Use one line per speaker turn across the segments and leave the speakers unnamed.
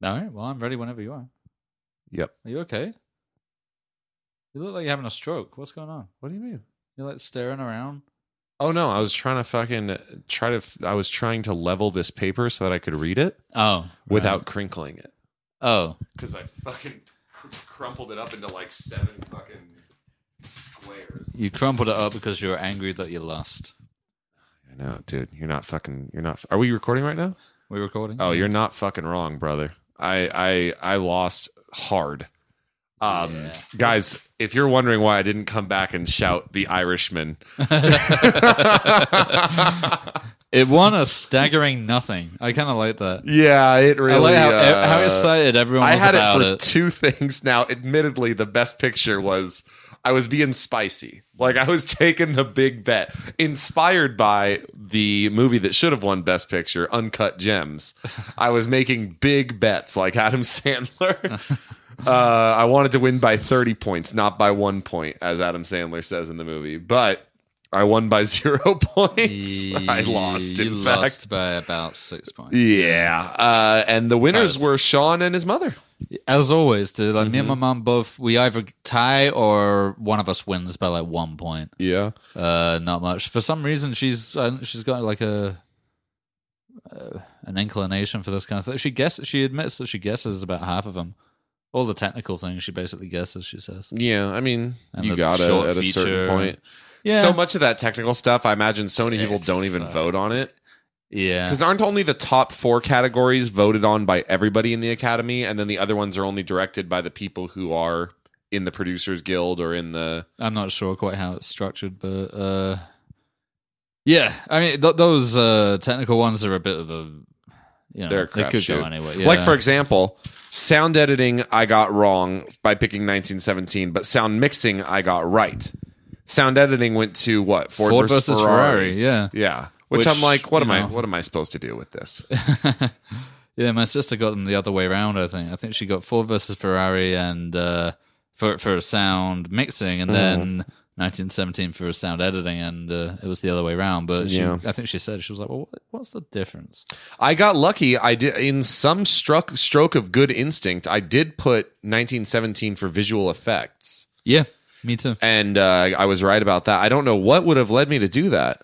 No, well, I'm ready whenever you are.
Yep.
Are you okay? You look like you're having a stroke. What's going on?
What do you mean?
You're like staring around.
Oh no, I was trying to fucking try to. f- I was trying to level this paper so that I could read it
Oh, right.
without crinkling it.
Oh,
Because I fucking cr- crumpled it up into like seven fucking squares.
you crumpled it up because you were angry that you lost.
I know, dude. You're not fucking. You're not. Are we recording right now?
We recording?
Oh, you're not fucking wrong, brother. I I I lost hard. Um,
Yeah.
guys, if you're wondering why I didn't come back and shout the Irishman,
It won a staggering nothing. I kind of like that.
yeah, it really.
I like how, how
uh,
excited everyone
I
was
had it
about
for
it.
two things. Now, admittedly, the best picture was I was being spicy. Like I was taking the big bet, inspired by the movie that should have won Best Picture, Uncut Gems. I was making big bets, like Adam Sandler. Uh, I wanted to win by 30 points, not by one point, as Adam Sandler says in the movie. But I won by zero points. I lost,
You
in
lost
fact.
by about six points.
Yeah. Uh, and the winners were Sean and his mother.
As always, dude. Like me and my
Mm-hmm.
mom both, we either tie or one of us wins by like one point.
Yeah.
Uh, not much. For some reason, she's uh, she's got like a uh, an inclination for this kind of thing. She guess she admits that she guesses about half of them. All the technical things she basically guesses. She says,
Yeah, I mean,
And
you
the
got to
short
at a certain
feature.
point.
"Yeah,
So much of that technical stuff, I imagine so many people
It's
don't even
fucked.
vote on it.
yeah."
Because aren't only the top four categories voted on by everybody in the academy, and then the other ones are only directed by the people who are in the producers guild or in the
I'm not sure quite how it's structured, but uh, yeah, I mean th- those uh, technical ones are a bit of a you know
They're a
they could go
crapshoot.
anyway.
Like
yeah.
for example, sound editing I got wrong by picking 1917, but sound mixing I got right. Sound editing went to what Ford,
Ford versus, Ferrari, yeah,
yeah.
Which,
Which, I'm like, what
you
am I?
know.
What am I supposed to do with this?
yeah. My sister got them the other way around. I think I think she got Ford versus Ferrari and uh, for for sound mixing, and then
Mm-hmm.
1917 for sound editing, and uh, it was the other way around. But she,
Yeah.
I think she said she was like, "Well, what, what's the difference?"
I got lucky. I did in some struck stroke of good instinct. I did put 1917 for visual effects,
Yeah, me too.
and uh, I was right about that. I don't know what would have led me to do that.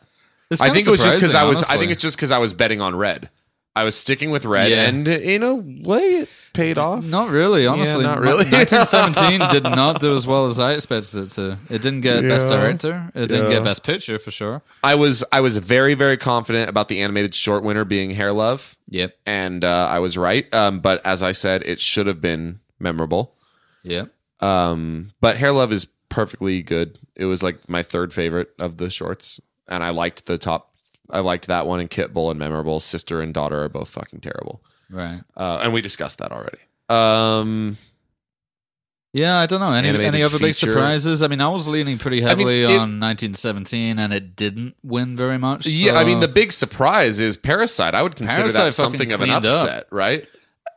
It's
I
kinda
think it was just because I
surprising,
was. I
honestly.
think it's just because I was betting on red. I was sticking with red,
Yeah.
and in a way, it paid off.
Not really, honestly.
not really.
1917 did not do as well as I expected it to. It didn't get Best
Yeah.
Director. It didn't
Yeah.
get Best Picture for sure.
I was. I was very, very confident about the animated short winner being Hair Love.
Yep.
And uh, I was right, um, but as I said, it should have been memorable.
Yep.
Um, but Hair Love is perfectly good. It was like my third favorite of the shorts, and I liked the top. I liked that one and Kit Bull and Memorable. Sister and daughter are both fucking terrible,
Right.
uh, and we discussed that already. Um,
Yeah, I don't know. Any,
Animated
any other big
feature.
surprises? I mean, I was leaning pretty heavily
it-
on 1917, and it didn't win very much.
yeah, I
so-
mean the big surprise is Parasite. I would consider that
Parasite fucking
something of an
cleaned up.
upset, right?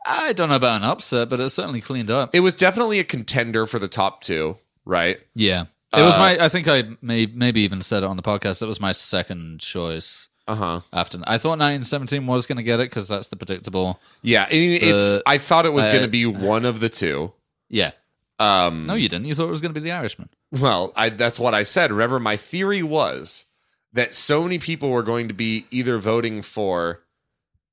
I don't know about an upset, but it certainly cleaned up.
It was definitely a contender for the top two, right?
yeah. It was
Uh,
my. I think I may maybe even said it on the podcast. It was my second choice
Uh huh.
after. I thought 1917 was going to get it because that's the predictable.
Yeah, I mean, it's.
Uh,
I thought it was
I-
going to be one of the two.
Yeah.
Um,
No, you didn't. You thought it was going to be The Irishman.
Well, I, that's what I said. Remember, my theory was that so many people were going to be either voting for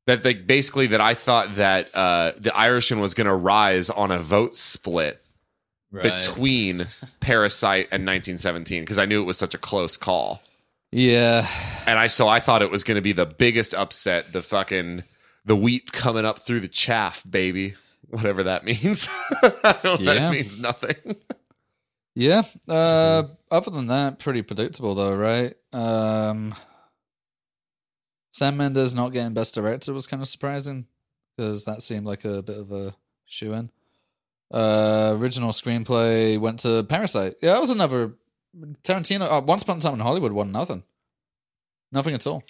that, they basically that I thought that uh, the Irishman was going to rise on a vote split between Parasite and 1917 because I knew it was such a close call,
yeah.
and I so I thought it was going to be the biggest upset, the fucking the wheat coming up through the chaff, baby. Whatever that means. I don't know.
Yeah.
That means nothing.
Yeah. Uh, other than that, pretty predictable though, right? Um, Sam Mendes not getting Best Director was kind of surprising because that seemed like a bit of a shoe in. Uh, original screenplay went to Parasite. Yeah, that was another Tarantino. Uh, Once Upon a Time in Hollywood won nothing. Nothing at all.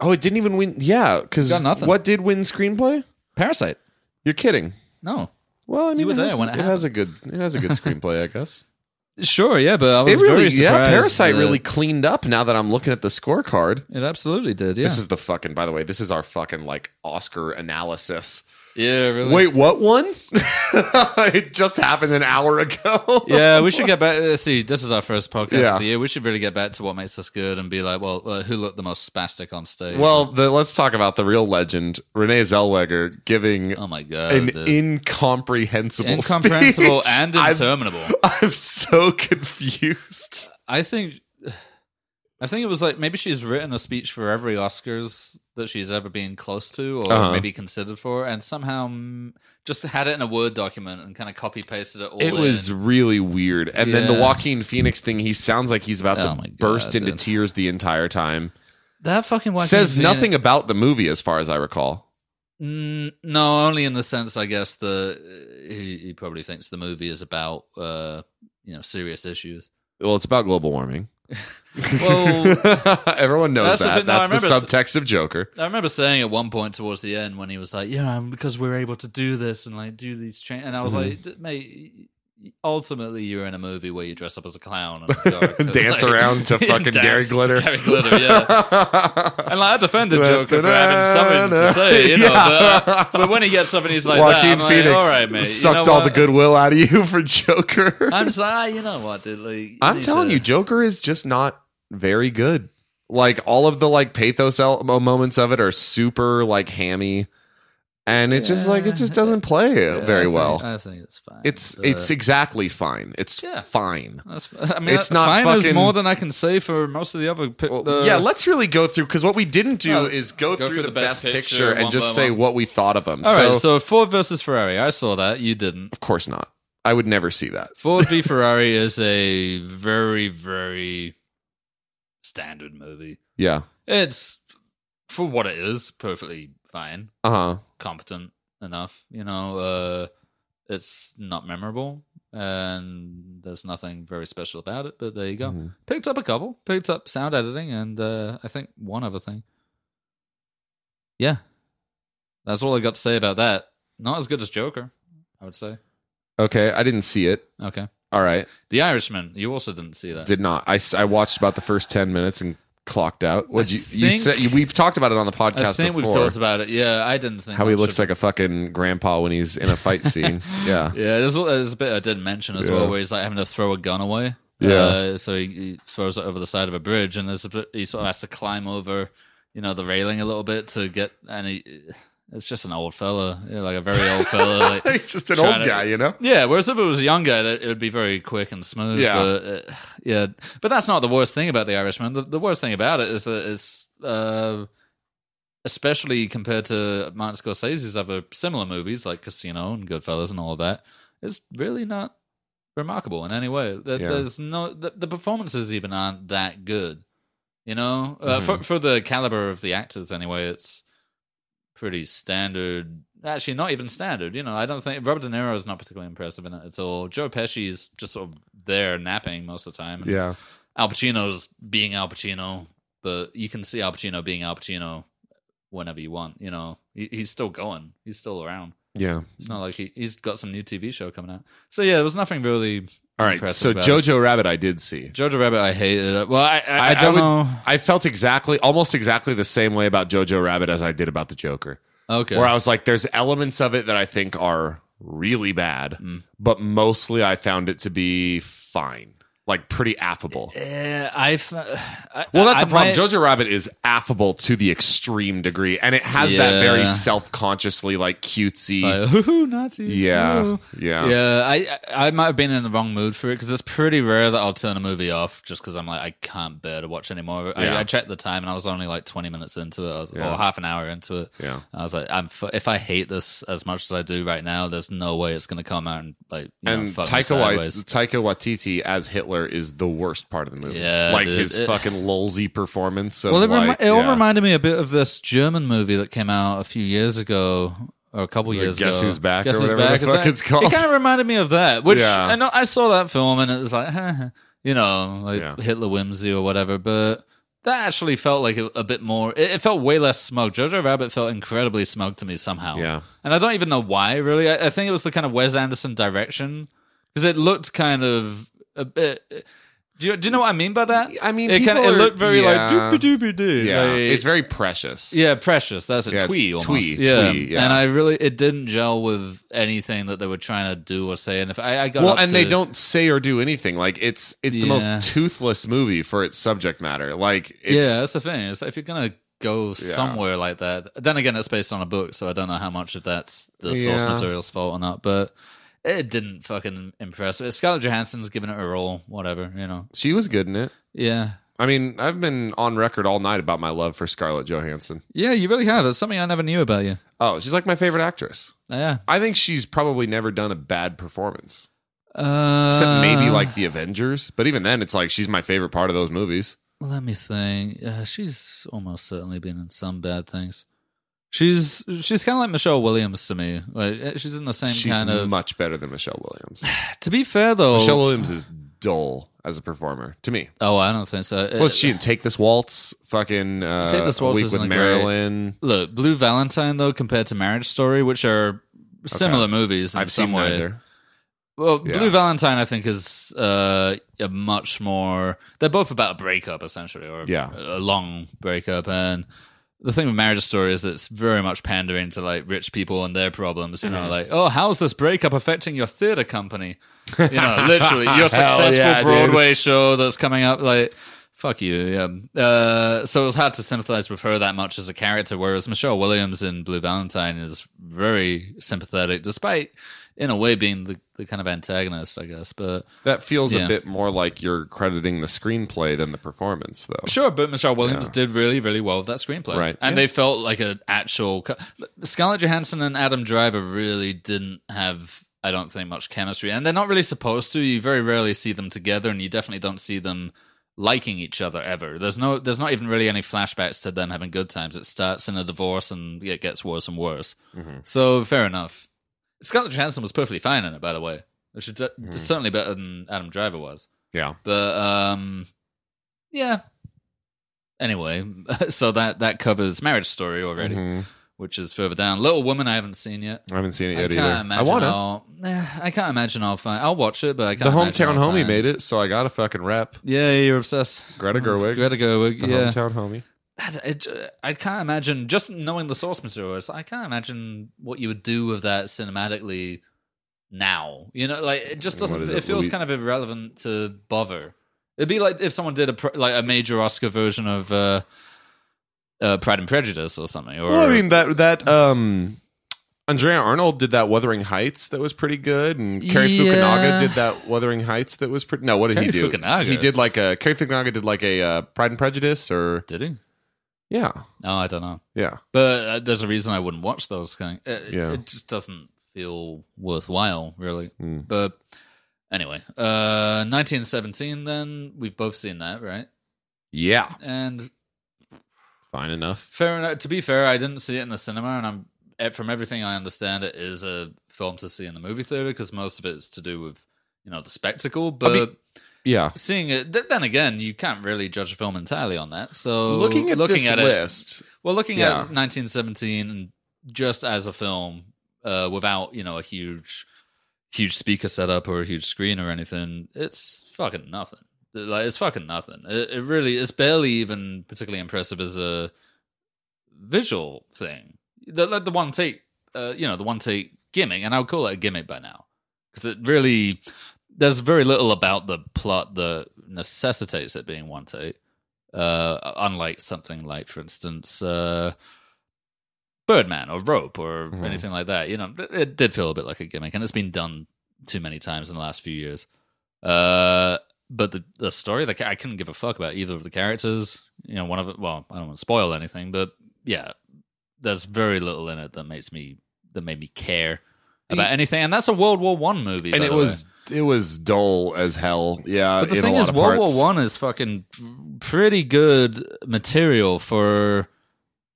Oh, it didn't even win. Yeah, because
Got nothing.
what did win screenplay?
Parasite.
You're kidding.
No.
Well, I mean,
were
it,
there
has,
when it
it, has a good it has a good screenplay, I guess.
Sure. Yeah, but I
It really, yeah, Parasite really cleaned up. Now that I'm looking at the scorecard,
It absolutely did. Yeah.
this is the fucking. By the way, this is our fucking like Oscar analysis.
Yeah, really.
Wait, what one? it just happened an hour ago.
Yeah, we should get back. uh, See, this is our first podcast
Yeah.
of the year. We should really get back to what makes us good and be like, well, uh, who looked the most spastic on stage?
Well, the, let's talk about the real legend, Renee Zellweger, giving
oh my god,
an
dude.
incomprehensible,
incomprehensible
speech.
and
I'm,
interminable.
I'm so confused.
I think, I think it was like maybe she's written a speech for every Oscars that she's ever been close to or
Uh-huh.
maybe considered for, and somehow mm, just had it in a Word document and kind of copy pasted it all.
It was
in.
really weird. And then the
Yeah.
Joaquin Phoenix thing, he sounds like he's about
Oh
to
my God,
burst into
dude.
tears the entire time.
that fucking Joaquin
Says
Phoenix-
nothing about the movie as far as I recall.
Mm, no, only in the sense, I guess, that uh, he, he probably thinks the movie is about uh, you know serious issues.
Well, it's about global warming.
Well-
everyone knows
That's the
that.
thing- no, I
that's the
remember-
subtext of Joker.
I remember saying at one point towards the end when he was like, "Yeah, and because we're able to do this and like do these changes," and I was
Mhm.
like, "D- "Mate." Ultimately, you're in a movie where you dress up as a clown and a dork.
Dance
Like,
around to
yeah,
fucking Gary
dance to
Glitter.
Gary Glitter, yeah. And like, I defended Joker for having something to say, you know. But, uh, but when he gets something, he's like
Joaquin
that. I'm
Phoenix
like, all right, mate. you
sucked
know
all
what?
the goodwill out of you for Joker.
I'm just like, ah, you know what, dude? Like, you
I'm
need
telling
to-
you, Joker is just not very good. Like all of the like pathos el- mo- moments of it are super like hammy, and it's just like it just doesn't play
Yeah, I
very
think-
well.
I think it's fine.
it's
but-
it's exactly fine. It's
Yeah.
fine.
That's, I mean,
it's
it's
not
not fine
fucking-
is more than I can say for most of the other. Pi-
Well,
the-
yeah, let's really go through because what we didn't do
Well,
is go,
go
through, the, best, picture,
one
and just
by
say
one.
what we thought of them.
All
so,
right, so Ford versus Ferrari. I saw that. You didn't.
of course not. I would never see that.
Ford v Ferrari is a very, very standard movie.
Yeah.
It's for what it is, perfectly fine,
Uh huh.
competent enough. You know, uh, it's not memorable, and there's nothing very special about it. But there you go.
Mm-hmm.
Picked up a couple. Picked up sound editing and uh, I think one other thing. Yeah. That's all I got to say about that. Not as good as Joker, I would say.
Okay, I didn't see it.
Okay.
All right,
The Irishman. You also didn't see that.
did not. I, s- I watched about the first ten minutes and clocked out. What
I
you you
think-
said? You, we've talked about it on the podcast.
I think
before.
we've talked about it. Yeah, I didn't think
how he
much
looks
of-
like a fucking grandpa when he's in a fight scene. Yeah.
Yeah, there's, a- there's a bit I didn't mention as
Yeah.
well where he's like having to throw a gun away.
Yeah.
Uh, so he, he throws it over the side of a bridge and there's a bit, he sort of has to climb over, you know, the railing a little bit to get and he it's just an old fella, yeah, like a very old fella. Like,
he's just an
Trying
old
to-
guy, you know.
Yeah, whereas if it was a young guy, that it would be very quick and smooth.
Yeah.
but, uh, yeah. But that's not the worst thing about the Irishman. The, the worst thing about it is that it's, uh, especially compared to Martin Scorsese's other similar movies like Casino and Goodfellas and all of that, it's really not remarkable in any way. There,
Yeah.
There's no the, the performances even aren't that good. You know, uh,
Mhm.
for for the caliber of the actors, anyway, it's pretty standard. Actually, not even standard. You know, I don't think Robert De Niro is not particularly impressive in it at all. Joe Pesci is just sort of there napping most of the time. And
Yeah.
Al Pacino's being Al Pacino, but you can see Al Pacino being Al Pacino whenever you want. You know, he, he's still going. He's still around.
Yeah.
It's not like he, he's got some new TV show coming out. So yeah, there was nothing really.
All right.
impressive
So
about
Jojo Rabbit, I did see.
it. Jojo Rabbit, I hated it. Well, I I, I
I
don't
would-
know.
I felt exactly, almost exactly the same way about Jojo Rabbit as I did about the Joker,
Okay.
where I was like, "There's elements of it that I think are really bad,
Mm.
but mostly I found it to be fine, like pretty affable."
Eh, I, f- I-
Well, that's
I
the problem.
might-
Jojo Rabbit is affable to the extreme degree, and it has that
Yeah.
very self-consciously, like
It's
cutesy.
like, "Hoo-hoo, Nazis.
yeah,
hoo."
yeah,
Yeah, I I I might have been in the wrong mood for it because it's pretty rare that I'll turn a movie off just because I'm like I can't bear to watch anymore.
Yeah.
I, I checked the time and I was only like 20 minutes into it, I was,
Yeah.
or half an hour into it.
yeah.
I was like, I'm fu- if I hate this as much as I do right now, there's no way it's gonna come out and like you
And
know, fuck me
Taika, Wai-
sideways.
Taika Waititi as Hitler is the worst part of the movie.
Yeah,
like
dude,
his
it-
fucking lolsy performance. Of
Well, it, remi-
like,
it all
yeah.
reminded me a bit of this German movie that came out a few years ago. Or a couple
Like
years
Guess
ago.
Who's Back or whatever the fuck
like-
it's called.
It kind of reminded me of that, which
Yeah.
I know I saw that film and it was like, you know, like
Yeah.
Hitler whimsy or whatever. But that actually felt like a, a bit more. It, it felt way less smug. Jojo Rabbit felt incredibly smug to me somehow.
Yeah,
and I don't even know why. Really, I, I think it was the kind of Wes Anderson direction because it looked kind of a bit. Do you, do you know what I mean by that?
I mean,
It kind of it
people are-
looked very
yeah.
like doopy doopy doo.
yeah,
like-
it's very precious.
yeah, precious. That's a
Yeah, it's
twee, almost.
twee,
yeah.
twee, yeah.
and I really it didn't gel with anything that they were trying to do or say. And if I, I got
well
up
and they
to-
don't say or do anything like it's it's the
Yeah.
most toothless movie for its subject matter like it's,
yeah, that's the thing. It's like if you're gonna go somewhere like that, then again, it's based on a book, so I don't know how much of that's the source
Yeah.
material's fault or not. But it didn't fucking impress me. Scarlett Johansson's giving it a roll, whatever, you know.
she was good in it
Yeah,
i mean i've been on record all night about my love for scarlett johansson
yeah, you really have. It's something I never knew about you.
oh she's like my favorite actress
Yeah,
i think she's probably never done a bad performance
uh,
except maybe like the avengers but even then it's like she's my favorite part of those movies
Let me think. Uh, she's almost certainly been in some bad things. She's she's kind of like Michelle Williams to me. Like eh, she's in the same
she's
kind of. Oh.
much better than michelle williams
to be fair though,
michelle williams is dull as a performer to me
oh, I don't think so.
plus
Eh,
she in take this waltz fucking uh,
Take This Waltz
A week
isn't
with
great.
marilyn
Look, Blue Valentine though, compared to Marriage Story, which are similar movies in
I've
some
seen
way.
neither.
Well,
Yeah.
Blue Valentine, I think, is uh, a much more. They're both about a breakup, essentially, or
Yeah.
a long breakup. And the thing with Marriage Story is it's very much pandering to like rich people and their problems. You
Mm-hmm.
know, like, oh, how's this breakup affecting your theater company? You know, literally, your
Hell
successful
yeah, dude.
Broadway show that's coming up, like. Fuck you, yeah. Uh, so it was hard to sympathize with her that much as a character, whereas Michelle Williams in Blue Valentine is very sympathetic, despite in a way being the, the kind of antagonist, I guess. But
That feels
Yeah.
a bit more like you're crediting the screenplay than the performance, though.
sure, but Michelle Williams did really, really well with that screenplay,
Right.
And they felt like an actual co- Scarlett Johansson and Adam Driver really didn't have. I don't think much chemistry, and they're not really supposed to. You very rarely see them together, and you definitely don't see them liking each other ever. There's no, there's not even really any flashbacks to them having good times. It starts in a divorce, and it gets worse and worse.
Mm-hmm.
So fair enough. Scarlett Johansson was perfectly fine in it, by the way. Which is certainly better than Adam Driver was.
Yeah.
But um, yeah. Anyway, so that that covers Marriage Story already,
Mhm.
which is further down. Little Woman, I haven't seen yet.
I haven't seen it
I
yet
can't
either. I
imagine.
want to.
I'll, eh, I can't imagine I'll find. I'll watch it, but I
The
can't. imagine
hometown
I'll
homie
find-
made it, so I got to fucking rep
Yeah, you're obsessed.
Greta Gerwig.
Greta Gerwig.
the
yeah.
hometown homie.
That's- It, uh, I can't imagine just knowing the source material. It's, I can't imagine what you would do with that cinematically now. You know, like it just doesn't.
What
It,
is it,
feels
Louis-
kind of irrelevant to bother. It'd be like if someone did a pr- like a major Oscar version of uh, uh, Pride and Prejudice or something. Or
Well, I mean that that um, Andrea Arnold did that Wuthering Heights that was pretty good, and Cary
Yeah.
Fukunaga did that Wuthering Heights that was pretty. No, what did he
Cary
do?
Fukunaga?
He did like a Cary Fukunaga did like a uh, Pride and Prejudice, or
did he?
yeah,
No, I don't know.
yeah.
But uh, there's a reason I wouldn't watch those things. It,
Yeah.
it just doesn't feel worthwhile, really.
Mm.
But anyway, uh, 1917. Then we've both seen that, right?
Yeah,
And
fine enough.
fair enough. To be fair, I didn't see it in the cinema, and I'm eh, from everything I understand, it is a film to see in the movie theater because most of it's to do with you know the spectacle. But
mean- Yeah,
seeing it, th- then again, you can't really judge a film entirely on that. So
looking at this
it,
list,
well, looking
Yeah.
at 1917 just as a film, uh, without you know a huge, huge speaker setup or a huge screen or anything, it's fucking nothing. Like it's fucking nothing. It, it really, it's barely even particularly impressive as a visual thing. The, like the one take, uh, you know, the one take gimmick, and I would call it a gimmick by now because it really there's very little about the plot that necessitates it being one take. Uh, unlike something like, for instance, uh, Birdman or Rope or
Mhm.
anything like that. You know, th- it did feel a bit like a gimmick, and it's been done too many times in the last few years. Uh, but the the story, the, ca- I couldn't give a fuck about either of the characters. You know, one of it. Well, I don't want to spoil anything, but yeah, there's very little in it that makes me that made me care about anything. And that's a World War One movie,
and
by
it
the
was
way.
it was dull as hell. Yeah,
But the
in a
thing
lot
is,
of
World
parts.
War One is fucking pretty good material for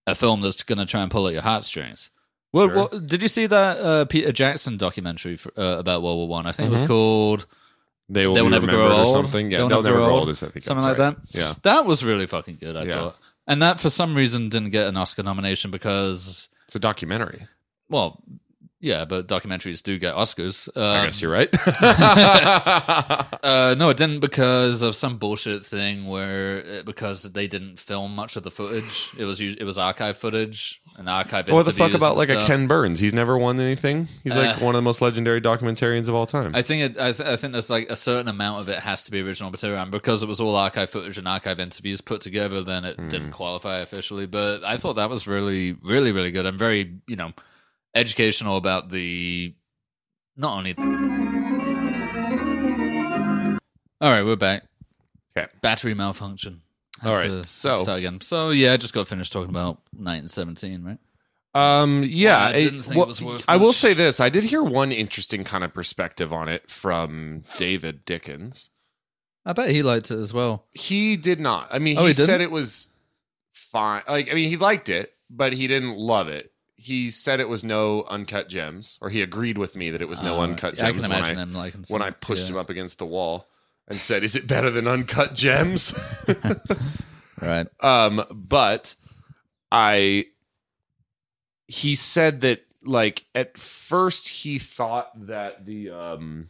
a film that's going to try and pull at your heartstrings. Well,
Sure.
well, did you see that uh, Peter Jackson documentary for, uh, about World War One? I? think it was
Mhm.
called
they will,
They
be
Will Never
remembered
Grow
or
Old.
something. Yeah,
They Will
they'll
Never
never
Grow
grow
Old.
old. is, I think
something like
that's
that.
right. Yeah,
That was really fucking good, I
Yeah.
thought. And that for some reason didn't get an Oscar nomination because
it's a documentary.
well, Yeah, but documentaries do get Oscars.
I
Um,
guess you're right.
uh, no, it didn't because of some bullshit thing where uh, because they didn't film much of the footage. It was us- it was archive footage and archive.
what the fuck
interviews
about
and
like a
stuff.
Ken Burns? He's never won anything. He's like
Uh.
one of the most legendary documentarians of all time.
I think it, I, th- I think there's like a certain amount of it has to be original material, and because it was all archive footage and archive interviews put together, then it
Hmm.
didn't qualify officially. But I thought that was really, really, really good and very, you know, educational about the not only. All right, we're back.
Okay.
Battery malfunction.
All right,
to
so-
start again. So yeah, I just got finished talking about 1917, right?
Um. Yeah.
I didn't think it
well,
was worth
I will
much.
say this: I did hear one interesting kind of perspective on it from David Dickens.
I bet he liked it as well.
He did not. I mean,
Oh,
he,
he didn't?
said it was fine. Like, I mean, he liked it, but he didn't love it. He said it was no uncut gems, or he agreed with me that it was no
Uh,
uncut
I can
gems when I
imagine him liking
when I
some-
pushed
yeah.
him up against the wall and said, "Is it better than uncut gems?"
Right.
Um, but I he said that like at first he thought that the um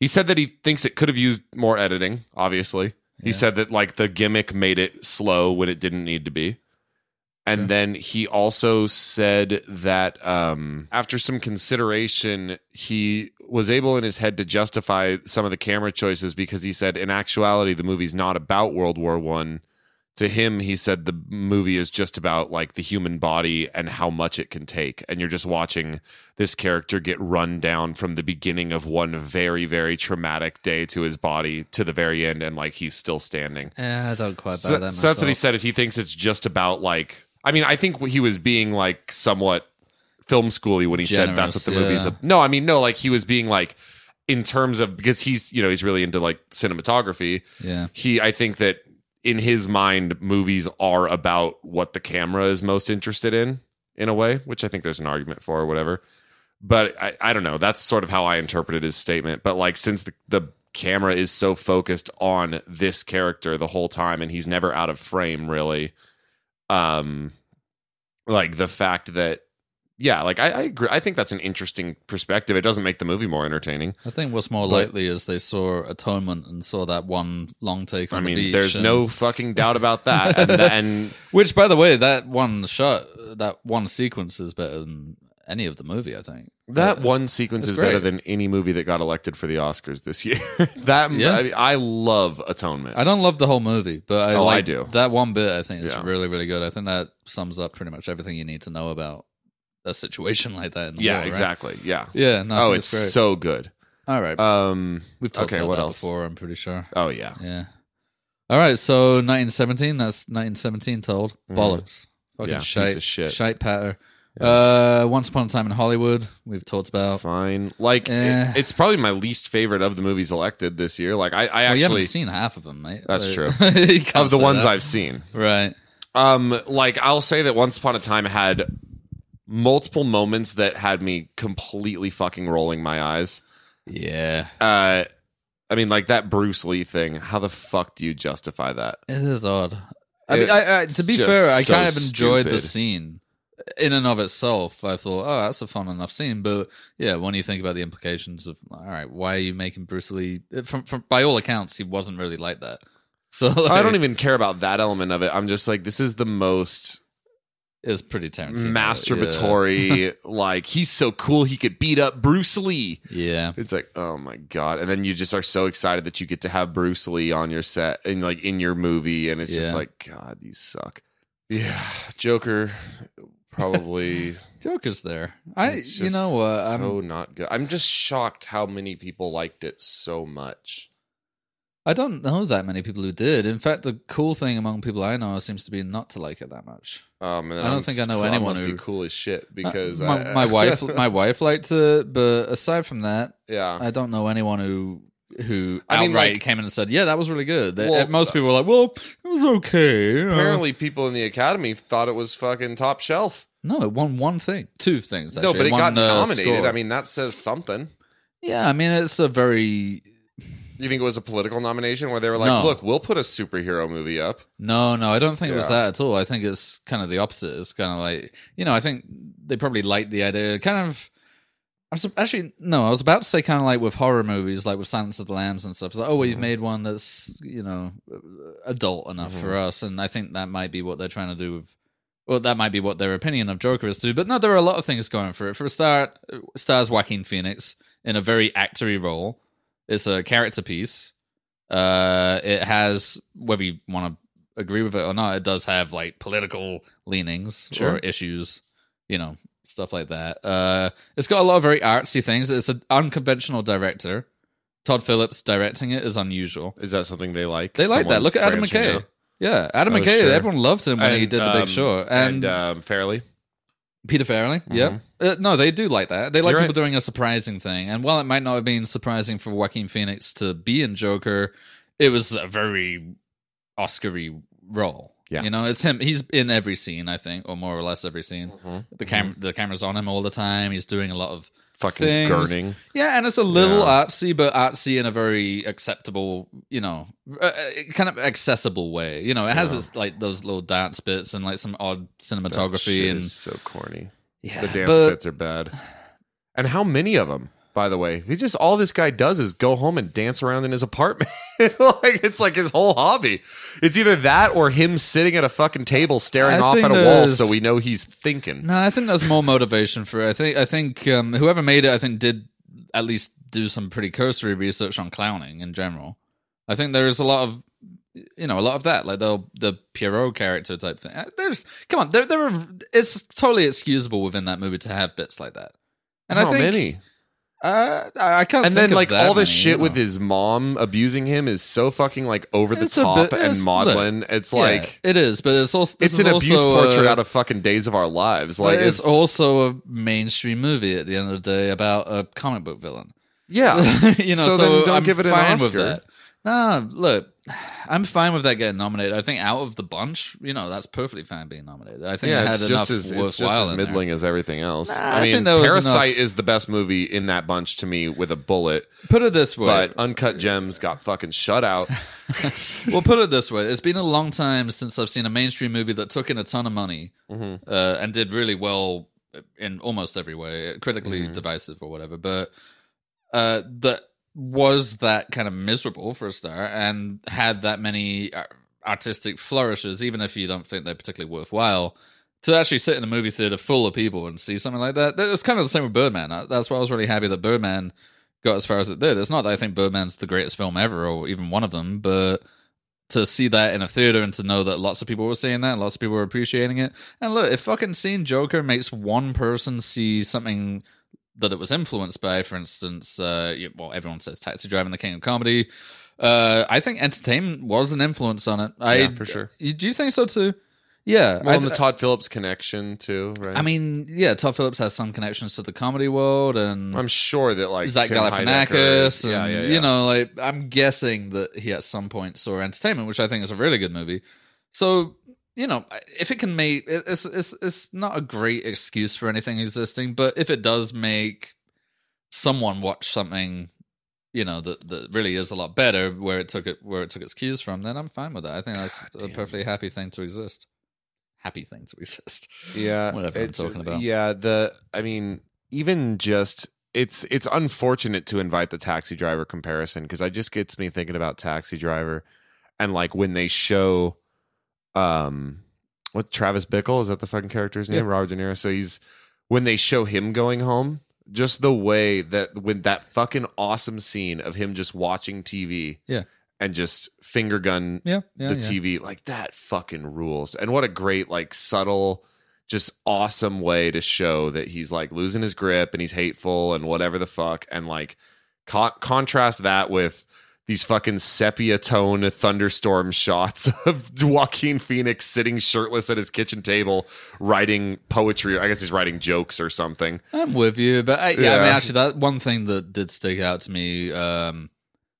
he said that he thinks it could have used more editing, obviously. He
Yeah.
said that like the gimmick made it slow when it didn't need to be. And
Sure.
then he also said that um, after some consideration, he was able in his head to justify some of the camera choices because he said, in actuality, the movie's not about World War One. To him, he said the movie is just about like the human body and how much it can take, and you're just watching this character get run down from the beginning of one very, very traumatic day to his body to the very end, and like he's still standing.
Yeah, I don't quite buy
So,
that.
so that's what he
myself.
said. Is he thinks it's just about like? I mean, I think he was being like somewhat film schooly when he said that's
Generous,
what the movie's.
yeah.
ab- No, I mean no. Like he was being like in terms of because he's you know he's really into like cinematography.
Yeah,
He I think that in his mind movies are about what the camera is most interested in in a way, which I think there's an argument for or whatever. But I, I don't know. That's sort of how I interpreted his statement. But like since the, the camera is so focused on this character the whole time and he's never out of frame really. Um like the fact that yeah, like I, I agree. I think that's an interesting perspective. It doesn't make the movie more entertaining.
I think what's more
But-
likely is they saw Atonement and saw that one long take on
I
the
mean,
beach.
there's
and-
no fucking doubt about that. And, and
which, by the way, that one shot, that one sequence is better than any of the movie. I think
That
Uh,
one sequence
it's
is better
great.
than any movie that got elected for the Oscars this year. that
Yeah.
I, mean, I love Atonement.
I don't love the whole movie, but I
Oh, I
like
do.
that one bit. I think is
Yeah.
really, really good. I think that sums up pretty much everything you need to know about a situation like that. In the
yeah,
war, right?
exactly. Yeah.
Yeah, no, I
oh,
think
it's
great.
so good.
all right.
Um.
We've talked
okay,
about
what
that
else?
before. I'm pretty sure.
Oh yeah.
Yeah. All right. So 1917. That's 1917 told.
Mhm.
Bollocks. Fucking
Yeah, piece
shite.
of shit.
Shite patter.
Yeah.
Uh, Once Upon a Time in Hollywood. We've talked about.
Fine. Like
Oh. Eh.
it, it's probably my least favorite of the movies elected this year. Like I, I
Well, you haven't
actually
seen half of them, mate.
That's true.
you can't
of the
say
ones
that.
I've seen.
Right.
Um, like I'll say that Once Upon a Time had multiple moments that had me completely fucking rolling my eyes.
Yeah.
uh I mean, like that Bruce Lee thing. How the fuck do you justify that?
It is odd. I
It's
mean, I, I, to be
just
fair, I
so
kind of enjoyed the
stupid.
scene in and of itself. I thought, oh, that's a fun enough scene. But yeah, when you think about the implications of, all right, why are you making Bruce Lee? From, from by all accounts, he wasn't really like that. So
I
like,
don't even care about that element of it. I'm just like, this is the most
It was pretty Tarantino.
masturbatory. like, he's so cool, he could beat up Bruce Lee.
Yeah.
It's like, oh my god! And then you just are so excited that you get to have Bruce Lee on your set and like in your movie, and it's just
Yeah.
like, God, you suck. Yeah, Joker probably
Joker's there. I,
It's
you
just
know what? I'm,
so not good. I'm just shocked how many people liked it so much.
I don't know that many people who did. In fact, the cool thing among people I know seems to be not to like it that much.
Um, and
I don't think I know anyone
must be
who-
cool as shit because
Uh, my,
I-
my wife, my wife liked it, but aside from that,
yeah.
I don't know anyone who who
I mean,
outright
like-
came in and said, "Yeah, that was really good." They-
Well, uh,
most people were like, "Well, it was okay." you know."
Apparently, people in the academy thought it was fucking top shelf.
no, it won one thing, two things. Actually.
no, but it
One,
got
uh,
nominated.
score.
I mean, that says something.
yeah, I mean, it's a very
You think it was a political nomination where they were like,
No.
"Look, we'll put a superhero movie up."
No, no, I don't think it was
Yeah.
that at all. I think it's kind of the opposite. It's kind of like you know, I think they probably liked the idea. Kind of, I'm su- actually no, I was about to say kind of like with horror movies, like with Silence of the Lambs and stuff. It's like, oh, we've
Mhm.
made one that's you know adult enough for us, and I think that might be what they're trying to do with. Well, that might be what their opinion of Joker is too. But no, there are a lot of things going for it. For a start, it stars Joaquin Phoenix in a very actory role. It's a character piece. Uh, it has whether you want to agree with it or not, it does have like political leanings
Sure.
or issues, you know, stuff like that. Uh, it's got a lot of very artsy things. It's an unconventional director. Todd Phillips directing it is unusual.
Is that something they like?
They like that.
Someone
Look at Adam
branching
McKay.
out?
Yeah, Adam
Oh,
McKay.
sure.
Everyone loved him when he
And,
did The Big
um,
Short
and
and,
um, Fairly.
Peter Farrelly.
Mhm.
Yeah, uh, no, they do like that. They like
You're
people doing a surprising thing. And while it might not have been surprising for Joaquin Phoenix to be in Joker, it was a very Oscar-y role.
Yeah.
you know, it's him. He's in every scene, I think, or more or less every scene.
Mm-hmm.
The cam- the camera's on him all the time. He's doing a lot of
Fucking
Things.
gurning.
yeah, and it's a little
Yeah.
artsy, but artsy in a very acceptable, you know, uh, uh, kind of accessible way. You know, it has
Yeah.
its, like those little dance bits and like some odd
That
cinematography
shit
and
is so corny.
yeah,
The dance
but-
bits are bad. And how many of them, by the way? He just all this guy does is go home and dance around in his apartment. like it's like his whole hobby. It's either that or him sitting at a fucking table staring
I
off
think
at a wall
there's-
so we know he's thinking.
No, I think there's more motivation for it. I think I think um, whoever made it, I think did at least do some pretty cursory research on clowning in general. I think there is a lot of you know a lot of that, like the the Pierrot character type thing. Uh, There's come on, there there are, it's totally excusable within that movie to have bits like that. And
how
I think
many?
Uh, I I can't. think
And then
of
like
that
all this
many,
shit
you
with
know.
his mom abusing him is so fucking like over the
It's a
top
bit-
and
it's-
maudlin. it's like
Yeah, it is, but it's also this
it's
is
an abuse
also,
portrait
uh,
out of fucking Days of Our Lives.
Like
Like
it's also a mainstream movie at the end of the day about a comic book villain.
yeah.
you know, so, I'm fine with that. No, look, I'm fine with that getting nominated. I think out of the bunch, you know, that's perfectly fine being nominated. I think it
Yeah,
had
it's
enough
just, as, it's just
worthwhile
as
in there.
middling as everything else.
Nah,
I,
I
mean,
think there was
Parasite
enough.
is the best movie in that bunch to me with a bullet,
Put it this way.
but Uncut Gems got fucking shut out.
well, put it this way. It's been a long time since I've seen a mainstream movie that took in a ton of money
Mhm.
uh, and did really well in almost every way, critically divisive or whatever, but uh, that was that kind of miserable for a start and had that many ar- artistic flourishes, even if you don't think they're particularly worthwhile. To actually sit in a movie theater full of people and see something like that, that was kind of the same with Birdman. I- That's why I was really happy that Birdman got as far as it did. It's not that I think Birdman's the greatest film ever or even one of them, but to see that in a theater and to know that lots of people were seeing that, lots of people were appreciating it. And look, if fucking seeing Joker makes one person see something that it was influenced by, for instance, uh, you- well, everyone says Taxi Driving the King of Comedy. Uh, I think entertainment was an influence on it. I
Yeah, for sure.
You, do you think so too? Yeah.
well,
I-
and the Todd Phillips connection too, right?
I mean, yeah, Todd Phillips has some connections to the comedy world, and
I'm sure that like
Zach
Tim Heidecker is-
Galifianakis, and you know, like I'm guessing that he at some point saw Entertainment, which I think is a really good movie. So you know, if it can make it- it's it's it's not a great excuse for anything existing, but if it does make someone watch something, you know, that that really is a lot better where it took it where it took its cues from, then I'm fine with that. I think that's
God
a
damn.
perfectly happy thing to exist. Happy thing to exist.
yeah
Whatever I'm
it's-
talking about.
yeah the i mean even just it's it's unfortunate to invite the taxi driver comparison because i just gets me thinking about taxi driver and like when they show um what travis bickle is that the fucking character's name
Yeah.
robert de niro so he's when they show him going home just the way that when that fucking awesome scene of him just watching tv
Yeah.
and just finger gun
Yeah, yeah,
the TV. Like that fucking rules. And what a great, like, subtle, just awesome way to show that he's like losing his grip and he's hateful and whatever the fuck. And like, co- contrast that with these fucking sepia tone thunderstorm shots of Joaquin Phoenix sitting shirtless at his kitchen table writing poetry. I guess he's writing jokes or something.
I'm with you, but I, yeah, I
Yeah.
mean, actually, that one thing that did stick out to me um,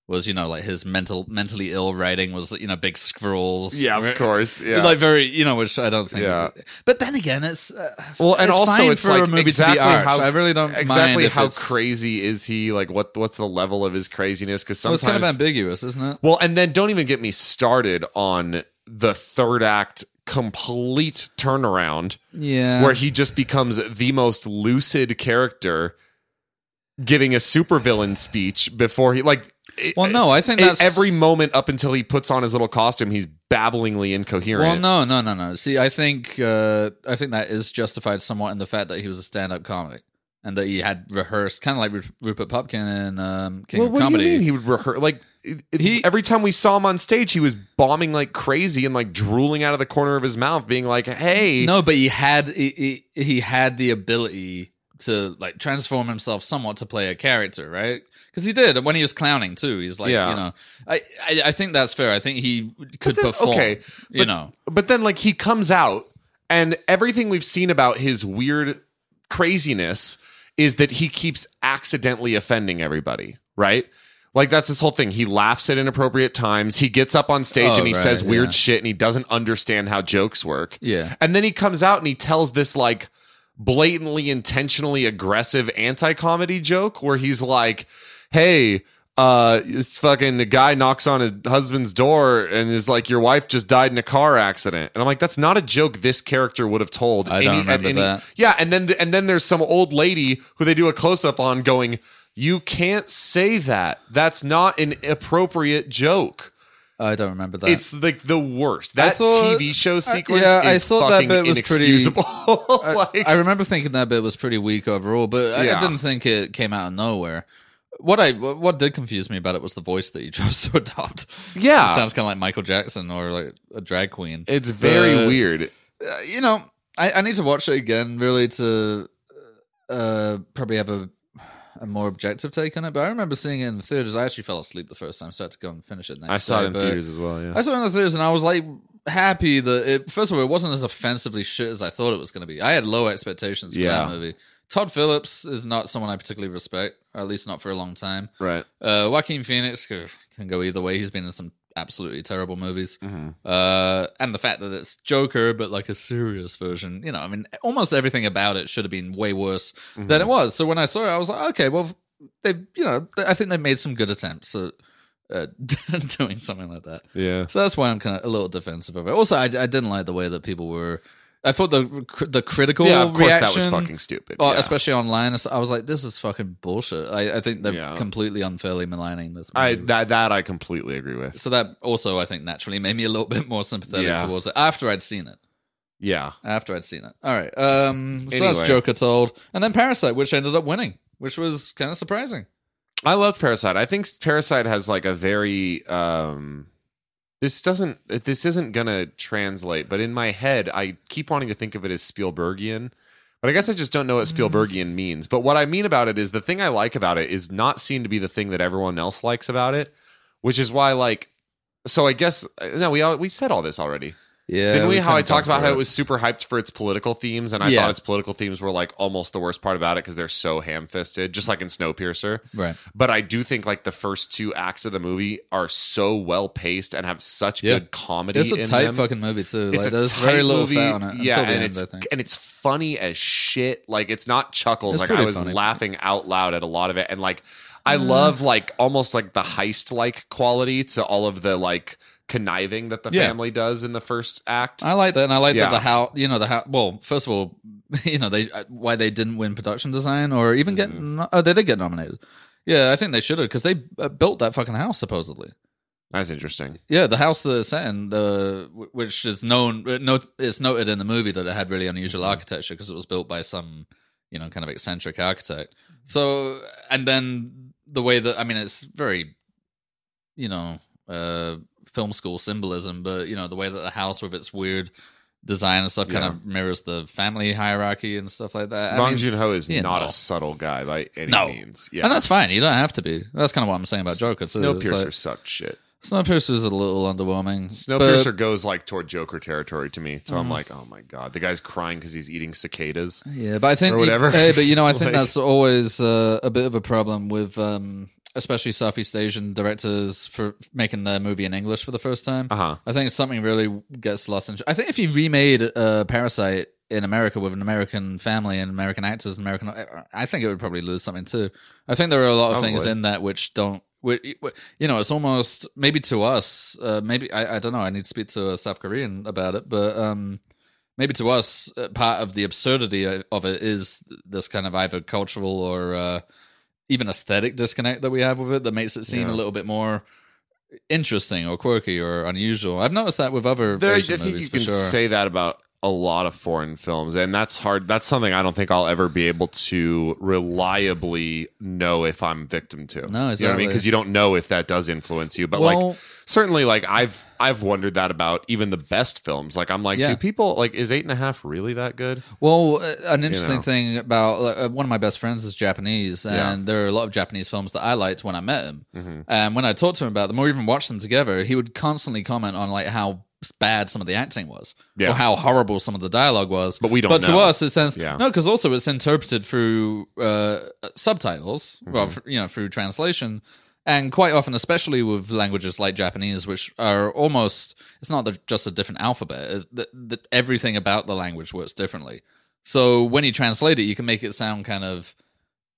was you know like his mental mentally ill writing was you know big scrolls.
Yeah, of course. Yeah.
Like very, you know, which I don't think.
Yeah.
But then again, it's uh,
well, and
it's
also
fine
it's
for a
like
movie to be
exactly
arch.
how
I really don't mind
exactly
if
how
it's-
crazy is he? Like what what's the level of his craziness? Because
well,
sometimes
it's kind of ambiguous, isn't it?
Well, and then don't even get me started on the third act complete turnaround
Yeah.
where he just becomes the most lucid character giving a supervillain speech before he like it-
well, no, I think
it-
that's
every moment up until he puts on his little costume he's babblingly incoherent.
Well, no, no, no, no. See, I think uh, I think that is justified somewhat in the fact that he was a stand-up comic and that he had rehearsed, kind of like Ru- Rupert Pupkin in um, King
Well,
of
what
Comedy.
do you mean he would rehearse? Like it- it-
He-
every time we saw him on stage, he was bombing like crazy and like drooling out of the corner of his mouth, being like, "Hey,
No, but he had he, he, he had the ability to like transform himself somewhat to play a character, right? Because he did and when he was clowning too. He's like,
Yeah.
you know, I, I I think that's fair. I think he could
then-
perform.
okay,
you
but-
know,
But then, like, he comes out, and everything we've seen about his weird craziness is that he keeps accidentally offending everybody, right? Like, that's this whole thing. He laughs at inappropriate times. He gets up on stage
Oh,
and he
right,
says weird
yeah.
shit, and he doesn't understand how jokes work.
yeah.
And then he comes out and he tells this like blatantly intentionally aggressive anti-comedy joke where he's like, "Hey, uh this fucking the guy knocks on his husband's door and is like your wife just died in a car accident." And I'm like, "That's not a joke this character would have told."
I don't
at
remember that.
Yeah, and then and then there's some old lady who they do a close-up on going, "You can't say that. That's not an appropriate joke."
I don't remember that.
It's like the worst. That
thought-
TV show sequence
yeah, I
is
thought that
fucking
bit was pretty-
inexcusable.
I-
like,
I remember thinking that bit was pretty weak overall, but I,
Yeah.
I didn't think it came out of nowhere. What I what what did confuse me about it was the voice that he chose to adopt.
yeah,
It sounds kind of like Michael Jackson or like a drag queen.
it's very
Uh,
weird.
Uh, you know, I, I need to watch it again really to uh, probably have a a more objective take on it. But I remember seeing it in the theaters. I actually fell asleep the first time, so I had to go and finish it. Next
I saw
day,
it in
but-
theaters as well. Yeah,
I saw it in the theaters and I was like happy that it. First of all, it wasn't as offensively shit as I thought it was going to be. I had low expectations for
Yeah.
that movie. Todd Phillips is not someone I particularly respect, or at least not for a long time.
right.
Uh, Joaquin Phoenix can can go either way. He's been in some absolutely terrible movies.
Mm-hmm.
Uh, and the fact that it's Joker, but like a serious version, you know, I mean, almost everything about it should have been way worse
Mm-hmm.
than it was. So when I saw it, I was like, okay, well, they, you know, I think they made some good attempts at uh, doing something like that.
Yeah,
So that's why I'm kind of a little defensive of it. Also, I, I didn't like the way that people were. I thought the the critical
yeah. Of course, that was
reaction,
fucking stupid.
uh,
yeah.
especially online. I was like, this is fucking bullshit. I, I think they're
Yeah.
completely unfairly maligning this.
I
movie.
that that I completely agree with.
so that also, I think, naturally made me a little bit more sympathetic
Yeah.
towards it after I'd seen it.
Yeah,
After I'd seen it. All right. Um, so that's
Anyway.
Joker told, and then Parasite, which ended up winning, which was kind of surprising.
I loved Parasite. I think Parasite has like a very um this doesn't this isn't gonna translate, but in my head I keep wanting to think of it as Spielbergian. But I guess I just don't know what Spielbergian means. But what I mean about it is the thing I like about it is not seen to be the thing that everyone else likes about it, which is why like so I guess uh, no we all, we said all this already.
Yeah.
Didn't we?
we've
How
kinda
I talked
gone
about how
through
it was super hyped for its political themes, and I
Yeah.
thought its political themes were like almost the worst part about it because they're so ham fisted, just like in Snowpiercer
right.
but I do think like the first two acts of the movie are so well paced and have such
Yeah.
good comedy.
It's a
in
tight
them.
fucking movie too.
It's
like,
a
there's
tight
very little
movie.
fat on it.
Yeah,
until the
and
end, I
it's
think.
and it's funny as shit. Like it's not chuckles.
It's
like I
pretty
was
funny.
laughing out loud at a lot of it, and like I
Mm.
love like almost like the heist like quality to all of the like conniving that the
Yeah.
family does in the first act.
I like that, and I like
Yeah.
that the how you know the how. Well, first of all, you know they uh, why they didn't win production design or even get. No, oh, they did get nominated. Yeah, I think they should have because they uh, built that fucking house supposedly.
That's interesting.
Yeah, the house that it's set in, the which is known, uh, no, it's noted in the movie that it had really
Mm-hmm.
unusual architecture because it was built by some, you know, kind of eccentric architect.
Mm-hmm.
So, and then the way that I mean, it's very, you know, uh, film school symbolism, but you know, the way that the house with its weird design and stuff kind
Yeah.
of mirrors the family hierarchy and stuff like that. I
Bong
mean-
Joon Ho is
you
not
know.
a subtle guy by any
No.
means. Yeah,
And that's fine. You don't have to be. That's kind of what I'm saying about Joker. too. It's
Snowpiercer
Like,
sucked shit.
Snowpiercer is a little underwhelming.
Snowpiercer goes like toward Joker territory to me, so I'm
Mm.
like, oh my god, the guy's crying because he's eating cicadas.
Yeah, but I think
or whatever.
Hey, but you know, I think
Like-
that's always uh, a bit of a problem with um, especially Southeast Asian directors for making their movie in English for the first time.
Uh huh.
I think something really gets lost in. I think if you remade uh, Parasite in America with an American family and American actors, and American, I think it would probably lose something too. I think there are a lot of things
Probably.
in that which don't. whi- whi- You know, it's almost maybe to us. Uh, maybe I, I don't know. I need to speak to a South Korean about it, but um, maybe to us, uh, part of the absurdity o- of it is this kind of either cultural or uh, even aesthetic disconnect that we have with it that makes it seem
Yeah.
a little bit more interesting or quirky or unusual. I've noticed that with other
There, I
Asian
think
movies
you
for
can
sure.
say that about a lot of foreign films, and that's hard. That's something I don't think I'll ever be able to reliably know if I'm victim to.
No,
you know what I
exactly.
mean? Because you don't know if that does influence you. But like,
Well-
certainly, like I've I've wondered that about even the best films. Like I'm like,
Yeah.
do people like is eight and a half really that good?
well, uh, an interesting
know.
thing about uh, one of my best friends is Japanese, and
Yeah. Mm-hmm.
there are a lot of Japanese films that I liked when I met him. And when I talked to him about them or even watched them together, he would constantly comment on like how bad some of the acting was
Yeah.
or how horrible some of the dialogue was.
But we don't
But to
know.
us, it sounds
Yeah.
no, because also it's interpreted through uh, subtitles,
Mm-hmm.
well, f- you know, through translation, and quite often, especially with languages like Japanese, which are almost it's not the, just a different alphabet. It's th that everything about the language works differently. So when you translate it, you can make it sound kind of,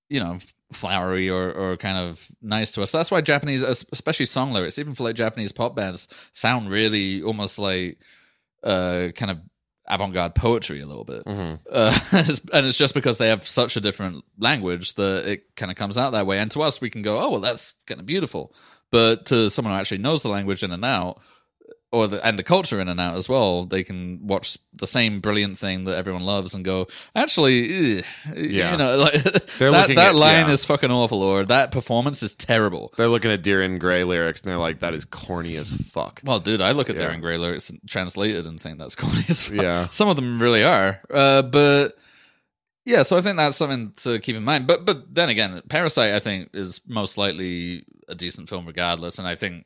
you know, flowery or, or kind of nice to us. That's why Japanese, especially song lyrics, even for like Japanese pop bands, sound really almost like uh, kind of avant-garde poetry a little bit.
Mm-hmm.
Uh, and it's just because they have such a different language that it kind of comes out that way. And to us, we can go, oh, well, that's kind of beautiful. But to someone who actually knows the language in and out, or the, and the culture in and out as well, they can watch the same brilliant thing that everyone loves and go, actually, ugh,
Yeah.
you know, like
They're
that,
looking
that
at-
line
yeah.
is fucking awful, or that performance is terrible.
They're looking at Deer in Gray lyrics and they're like, that is corny as fuck.
Well, dude, I look at their
Yeah.
in grey lyrics and translated and think that's corny as fuck.
Yeah.
Some of them really are. Uh, but yeah, so I think that's something to keep in mind. But but then again, Parasite I think is most likely a decent film regardless, and I think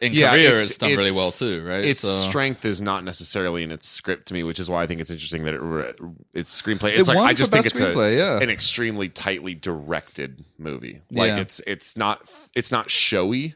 in Korea it's, done really well too, right?
Its
so,
strength is not necessarily in its script to me, which is why I think it's interesting that it re- its screenplay.
It
It's like
won
I
for
just think
best
it's
screenplay,
a,
yeah.
an extremely tightly directed movie. Like
Yeah.
it's it's not it's not showy,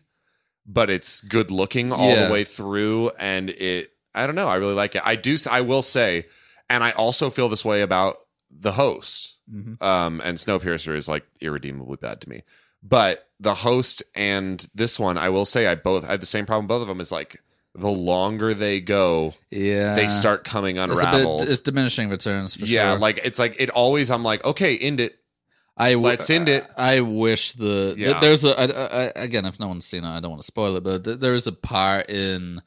but it's good looking all
Yeah.
the way through, and it I don't know I really like it. I do s- I will say, and I also feel this way about the host.
Mhm.
Um, and Snowpiercer is like irredeemably bad to me. But the host and this one, I will say, I both I had the same problem. Both of them is like the longer they go,
yeah,
they start coming
Uh, it's, a
unraveled.
bit, it's diminishing returns for
yeah,
sure.
like it's like it always. I'm like, okay, end it.
I w-
Let's end it.
I, I wish the,
Yeah.
th- there's a I, I, I- again if no one's seen it, I don't want to spoil it, but th- there is a part in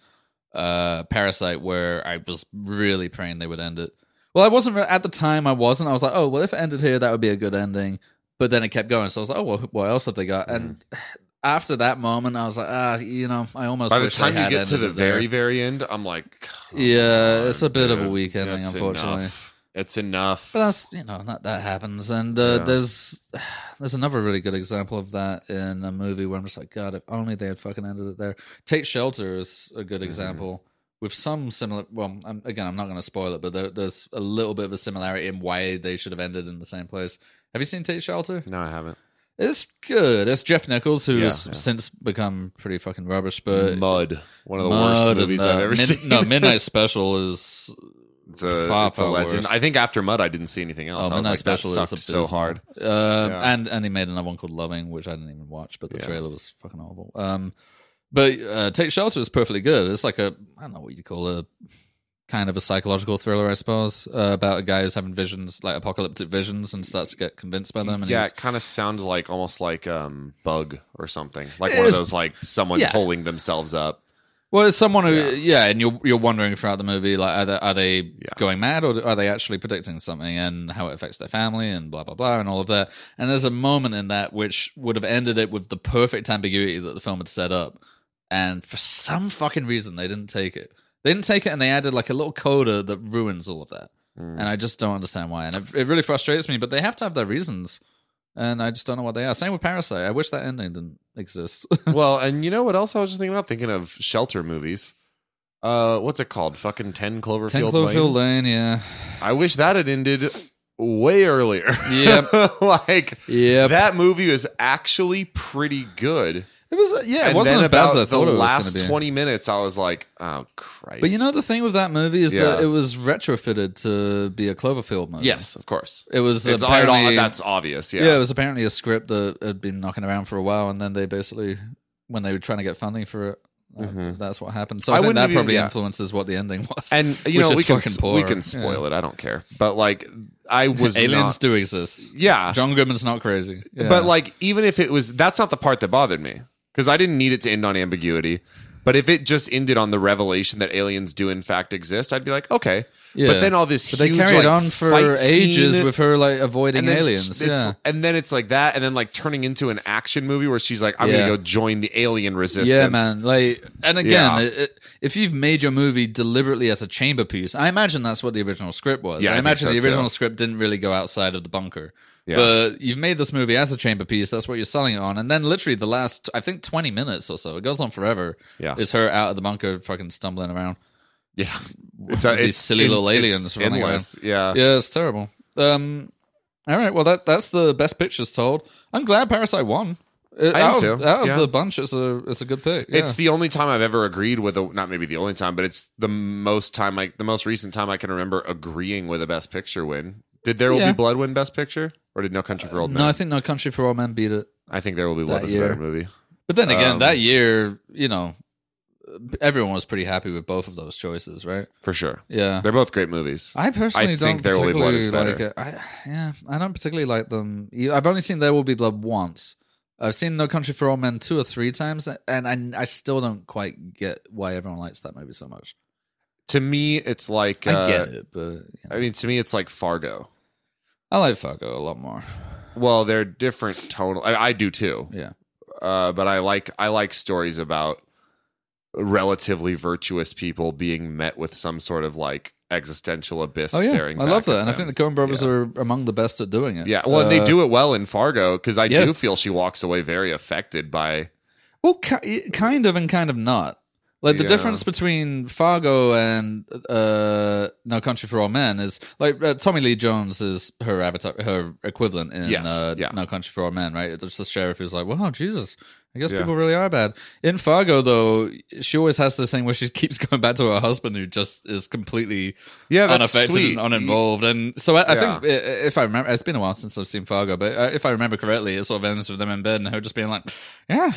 uh Parasite where I was really praying they would end it. Well, I wasn't re- at the time. I wasn't. I was like, oh well, if it ended here, that would be a good ending. But then it kept going, so I was like, oh well, what else have they got? And
Mm.
after that moment, I was like, ah, you know, I almost
By the
wish
time
they
you
had
get to
ended
the
it there.
very very end, I'm like, come
Yeah, it's a bit of a
dude.
weak ending,
That's
unfortunately.
enough. It's enough.
But that's you know that that happens, and uh,
Yeah.
there's there's another really good example of that in a movie where I'm just like, God, if only they had fucking ended it there. Take Shelter is a
Mm-hmm.
good example with some similar. Well, I'm, again, I'm not going to spoil it, but there, there's a little bit of a similarity in why they should have ended in the same place. Have you seen Take Shelter?
no, I haven't.
It's good. It's Jeff Nichols, who
Yeah,
has
yeah.
since become pretty fucking rubbish, but.
Mud, one of the
Mud
worst
and
movies
the
I've ever
Mid-
seen.
No, Midnight Special is
It's a,
Far,
it's a
far
legend.
worse.
I think after Mud, I didn't see anything else. I was
Oh, Midnight
like, that
is
sucked so
abysmal.
hard.
Uh,
Yeah.
And and he made another one called Loving, which I didn't even watch, but the
Yeah.
trailer was fucking horrible. Um, but uh, Take Shelter is perfectly good. It's like a I don't know what you call a kind of a psychological thriller, I suppose, uh, about a guy who's having visions like apocalyptic visions and starts to get convinced by them. And
yeah,
he's-
it kind of sounds like almost like um bug or something, like
It
one
is-
of those like someone
yeah.
holding themselves up.
Well, it's someone who, yeah.
Yeah.
and you're you're wondering throughout the movie, like, are they, are they
Yeah.
going mad or are they actually predicting something and how it affects their family and blah blah blah and all of that. And there's a moment in that which would have ended it with the perfect ambiguity that the film had set up, and for some fucking reason they didn't take it. They didn't take it, and they added like a little coda that ruins all of that.
Mm.
And I just don't understand why, and it, it really frustrates me. But they have to have their reasons, and I just don't know what they are. Same with Parasite. I wish that ending didn't exist.
well, and you know what else I was just thinking about? Thinking of shelter movies. Uh, what's it called? Fucking Ten Cloverfield,
Ten Cloverfield
Lane.
Lane, yeah.
I wish that had ended way earlier.
Yep.
like
Yeah,
that movie is actually pretty good.
it was. uh, Yeah, it
And
wasn't
then
as bad as
about
I thought it was
the
going
last
to be.
20 minutes I was like, "Oh Christ."
but you know the thing with that movie is
Yeah.
that it was retrofitted to be a Cloverfield movie.
yes, of course.
it was
It's all, it all-
apparently
that's obvious, yeah.
yeah. it was apparently a script that had been knocking around for a while, and then they basically, when they were trying to get funding for it, uh,
Mhm.
that's what happened. So
I
I, think
wouldn't
that
even-
probably
yeah.
influences what the ending was.
and
Which
you know
is
we can
fucking
s-
poor.
we can spoil it. I don't care. But like I was
aliens
not-
do exist.
yeah.
John Goodman's not crazy, Yeah.
But like, even if it was, that's not the part that bothered me because I didn't need it to end on ambiguity. But if it just ended on the revelation that aliens do in fact exist, I'd be like, okay.
Yeah.
But then all this,
But they
huge,
carried
like,
on for
fight scene
ages with her like avoiding
and then
aliens.
It's, it's-
yeah.
and then it's like that, and then like turning into an action movie where she's like, I'm
Yeah.
gonna go join the alien resistance.
Yeah, man. Like, and again,
Yeah.
it, it, if you've made your movie deliberately as a chamber piece, I imagine that's what the original script was.
Yeah, I
I,
think
imagine
so,
the
too.
original script didn't really go outside of the bunker.
Yeah.
But you've made this movie as a chamber piece. That's what you're selling it on. And then literally the last, I think, twenty minutes or so, it goes on forever.
Yeah.
is her out of the bunker, fucking stumbling around.
Yeah,
With these silly little aliens
It's
running around.
endless. Yeah.
Yeah, it's terrible. Um, all right, well that that's the best pictures told. I'm glad Parasite won. It-
I am
out of,
too,
out of
yeah.
the bunch, it's a it's a good pick. yeah.
It's the only time I've ever agreed with a not maybe the only time, but it's the most time like the most recent time I can remember agreeing with a best picture win. Did There Will
Yeah.
Be Blood win best picture? Or did No Country for Old Men?
no, I think No Country for Old Men beat it.
I think There Will Be Blood
that
is a better
year.
movie.
But then again,
Um,
that year, you know, everyone was pretty happy with both of those choices, right?
For sure.
Yeah.
They're both great movies.
I personally
I
don't
think There Will Be
particularly
Blood is
like it. I, yeah, I don't particularly like them. You- I've only seen There Will Be Blood once. I've seen No Country for Old Men two or three times, and I, I still don't quite get why everyone likes that movie so much.
to me, it's like uh,
I get it, but you know.
I mean to me it's like Fargo.
I like Fargo a lot more.
Well, they're different tonal I, I do too.
Yeah.
Uh, but I like I like stories about relatively virtuous people being met with some sort of like existential abyss
Oh yeah,
staring
I
back
love
at
that, and I
them.
think the Coen Brothers are among the best at doing it.
Yeah, well, and
Uh,
they do it well in Fargo because I
yeah.
do feel she walks away very affected by.
Well, ki- kind of and kind of not. Like the
Yeah.
difference between Fargo and uh, No Country for Old Men is like uh, Tommy Lee Jones is her avatar, her equivalent in
Yes,
uh,
yeah.
No Country for Old Men, right? It's just the sheriff who's like, "Wow, Jesus, I guess
Yeah.
people really are bad." In Fargo, though, she always has this thing where she keeps going back to her husband, who just is completely
Yeah,
unaffected and uninvolved. And so I, I
Yeah.
think i- if I remember, it's been a while since I've seen Fargo, but uh, if I remember correctly, it sort of ends with them in bed and her just being like, "Yeah,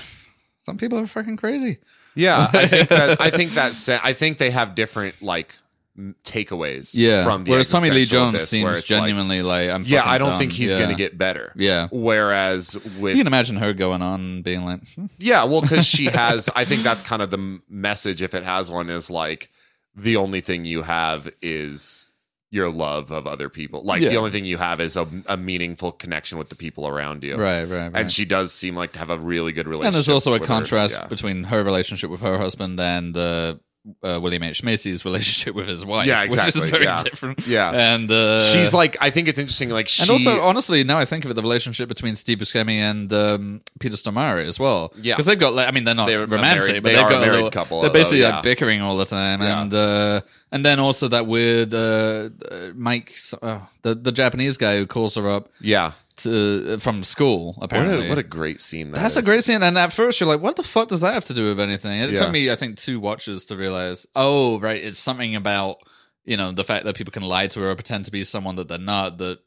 some people are fucking crazy."
Yeah, I think that I think that se- I think they have different like m- takeaways. from the
whereas Tommy Lee
existential
Jones
abyss, where
seems
it's like,
genuinely like, I'm.
yeah,
fucking
I don't
done."
think he's
Yeah.
gonna get better.
Yeah,
Whereas with
you can imagine her going on and being like, "Hmm,
yeah, well, because she has. I think that's kind of the m- message, if it has one, is like the only thing you have is your love of other people. Like the
Yeah.
only thing you have is a, a meaningful connection with the people around you.
"Right, right, right."
and she does seem like to have a really good relationship.
And there's also a
with her.
contrast
Yeah.
between her relationship with her husband and uh, uh, William H Macy's relationship with his wife,
Yeah,
which
exactly,
is very
yeah.
different.
Yeah.
and uh,
She's like, I think it's interesting. Like, she,
And also, oh, honestly, now I think of it, the relationship between Steve Buscemi and um, Peter Stormare as well.
Yeah.
because they've got. like, I mean, they're not
They're a
romantic,
married-
but
they
have
are a
got
married
little,
couple,
They're
although,
basically
yeah.
like bickering all the time,
Yeah.
and uh, and then also that weird uh, uh, Mike, uh, the the Japanese guy who calls her up
yeah,
to uh, from school.
what
Apparently,
a, what a great scene. that
that's a
is.
great scene. And at first, you're like, "What the fuck does that have to do with anything?" It
Yeah.
took me, I think, two watches to realize. Oh, right, it's something about you know the fact that people can lie to her or pretend to be someone that they're not. That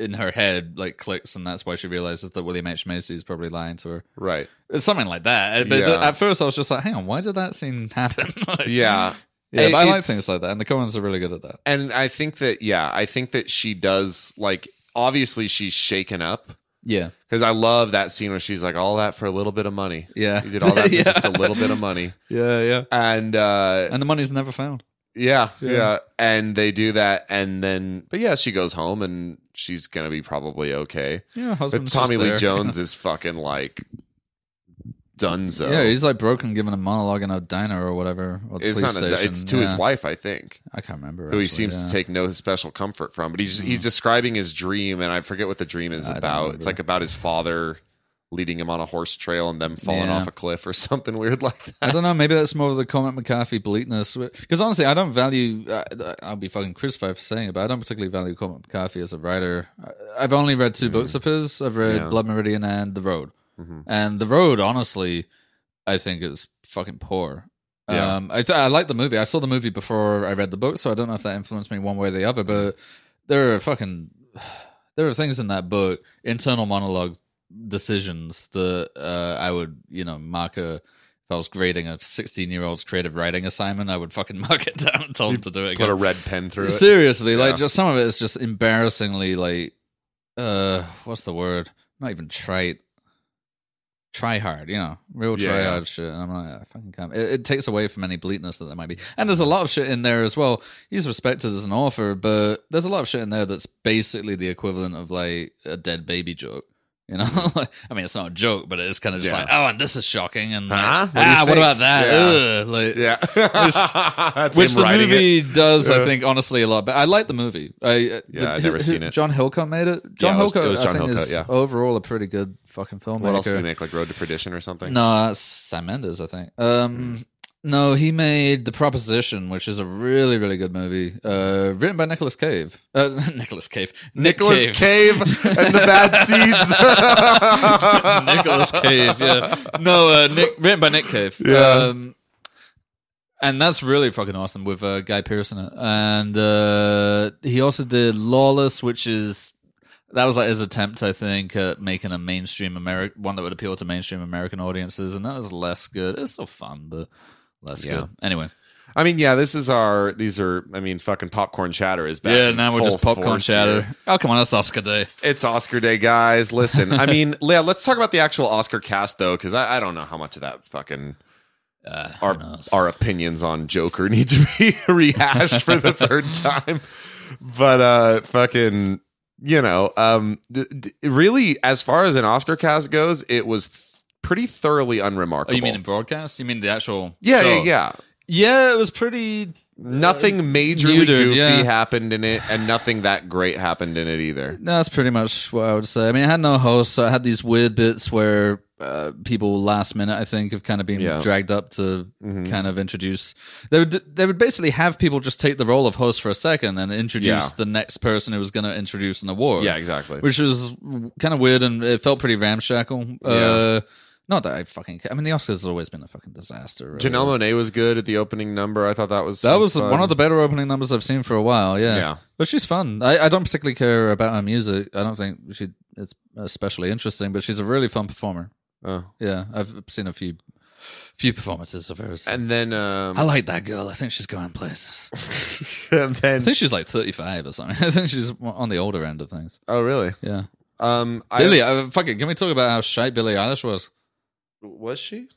in her head, like clicks, and that's why she realizes that William H Macy is probably lying to her.
right?
It's something like that. But
Yeah.
at first, I was just like, "Hang on, why did that scene happen?" Like,
Yeah,
yeah. but I like
It's-
things like that, and the Coens are really good at that.
and I think that yeah, I think that she does like. Obviously, she's shaken up
Yeah,
because I love that scene where she's like, "All that for a little bit of money."
yeah,
You did all that
yeah.
for just a little bit of money,
Yeah, yeah.
and uh,
And the money's never found.
yeah, yeah,
Yeah.
and they do that, and then but yeah, she goes home and she's gonna be probably okay.
Yeah,
But
husband's
Tommy
just
Lee
there.
Jones is fucking like Dunzo.
Yeah, he's like broken, giving a monologue in a diner or whatever. Or the
it's
police
not. A,
station.
it's to his
Yeah.
wife, I think,
I can't remember.
who he
actually,
seems
yeah. Mm.
to take no special comfort from. But he's he's describing his dream, and I forget what the dream is
I don't
about. It's
remember.
like about his father leading him on a horse trail and them falling
Yeah.
off a cliff or something weird like that.
I don't know. Maybe that's more of the Cormac McCarthy bleakness. Because honestly, I don't value. I, I'll be fucking crucified for saying it, but I don't particularly value Cormac McCarthy as a writer. I- I've only read two
Mm.
books of his. I've read
Yeah.
Blood Meridian and The Road.
Mhm.
And The Road, honestly, I think is fucking poor.
Yeah.
Um, I, th- I like the movie. I saw the movie before I read the book, so I don't know if that influenced me one way or the other. But there are fucking there are things in that book, internal monologue decisions that uh, I would you know mark a if I was grading a sixteen year old's creative writing assignment, I would fucking mark it down and tell
You
them to do it
Put a
again.
red pen through it.
Seriously, like
Yeah.
just some of it is just embarrassingly like uh what's the word? Not even trite. Try hard, you know, real
Yeah,
try
yeah.
hard shit. And I'm like, I fucking can't. It, it takes away from any bleakness that there might be. And there's a lot of shit in there as well. He's respected as an author, but there's a lot of shit in there that's basically the equivalent of like a dead baby joke. You know, like, I mean, it's not a joke, but it's kind of just
Yeah.
like, oh, and this is shocking, and like,
Huh? What do you
ah, what
think?
about that?
Yeah.
Ugh, like,
Yeah. That's
which
him
the
writing it.
movie does, I
Yeah.
think, honestly, a lot. But I like the movie. I, yeah,
Yeah, I've never seen it.
John Hillcoat made it. John
it was-
Hillcoat,
it was John
I think,
Hillcoat,
is
yeah.
overall a pretty good fucking filmmaker.
What else did he make? Like Road to Perdition or something?
No, that's Sam Mendes, I think. Um, no, he made The Proposition, which is a really, really good movie, uh, written by Nicolas Cave. Uh, Nicolas Cave. Nick
Nicholas Cave. and the Bad Seeds.
Nicholas Cave, yeah. No, uh, Nick, written by Nick Cave.
Yeah.
Um, and that's really fucking awesome with uh, Guy Pearce in it. And uh, he also did Lawless, which is that was like his attempt, I think, at making a mainstream American one that would appeal to mainstream American audiences, and that was less good. It's still fun, but less
Yeah.
good. Anyway,
I mean, yeah, this is our. These are. I mean, fucking popcorn chatter is back.
yeah.
in
Now we're
full
just popcorn
force here.
chatter. Oh come on, that's Oscar day.
It's Oscar Day, guys. Listen, I mean, yeah, let's talk about the actual Oscar cast though, because I, I don't know how much of that fucking
Uh,
our our opinions on Joker need to be rehashed for the third time. But uh fucking you know, um d- d- really as far as an Oscar cast goes, it was th- pretty thoroughly
oh,
unremarkable.
you mean in broadcast? You mean the actual?
yeah,
show?
yeah, yeah.
Yeah, it was pretty
Nothing majorly
neutered,
goofy
Uh, yeah.
happened in it, and nothing that great happened in it either.
No, that's pretty much what I would say. I mean, I had no host, so I had these weird bits where uh, people last minute, I think, have kind of been
Yeah.
dragged up to
Mhm.
kind of introduce. They would they would basically have people just take the role of host for a second and introduce
Yeah.
the next person who was going to introduce an award.
Yeah, exactly.
which was kind of weird and it felt pretty ramshackle. Uh, not that I fucking. Care. I mean, the Oscars has always been a fucking disaster. Really.
Janelle Monet was good at the opening number. I thought that was
That
some
was
fun.
one of the better opening numbers I've seen for a while. Yeah.
Yeah.
But she's fun. I, I don't particularly care about her music. I don't think she it's especially interesting, but she's a really fun performer.
Oh.
Yeah. I've seen a few few performances of hers.
And then um,
I like that girl. I think she's going places.
and then
I think she's like 35 or something. I think she's on the older end of things.
oh really?
Yeah.
Um, I,
Billy, uh, fuck it. Can we talk about how shite Billy Eilish was?
was she?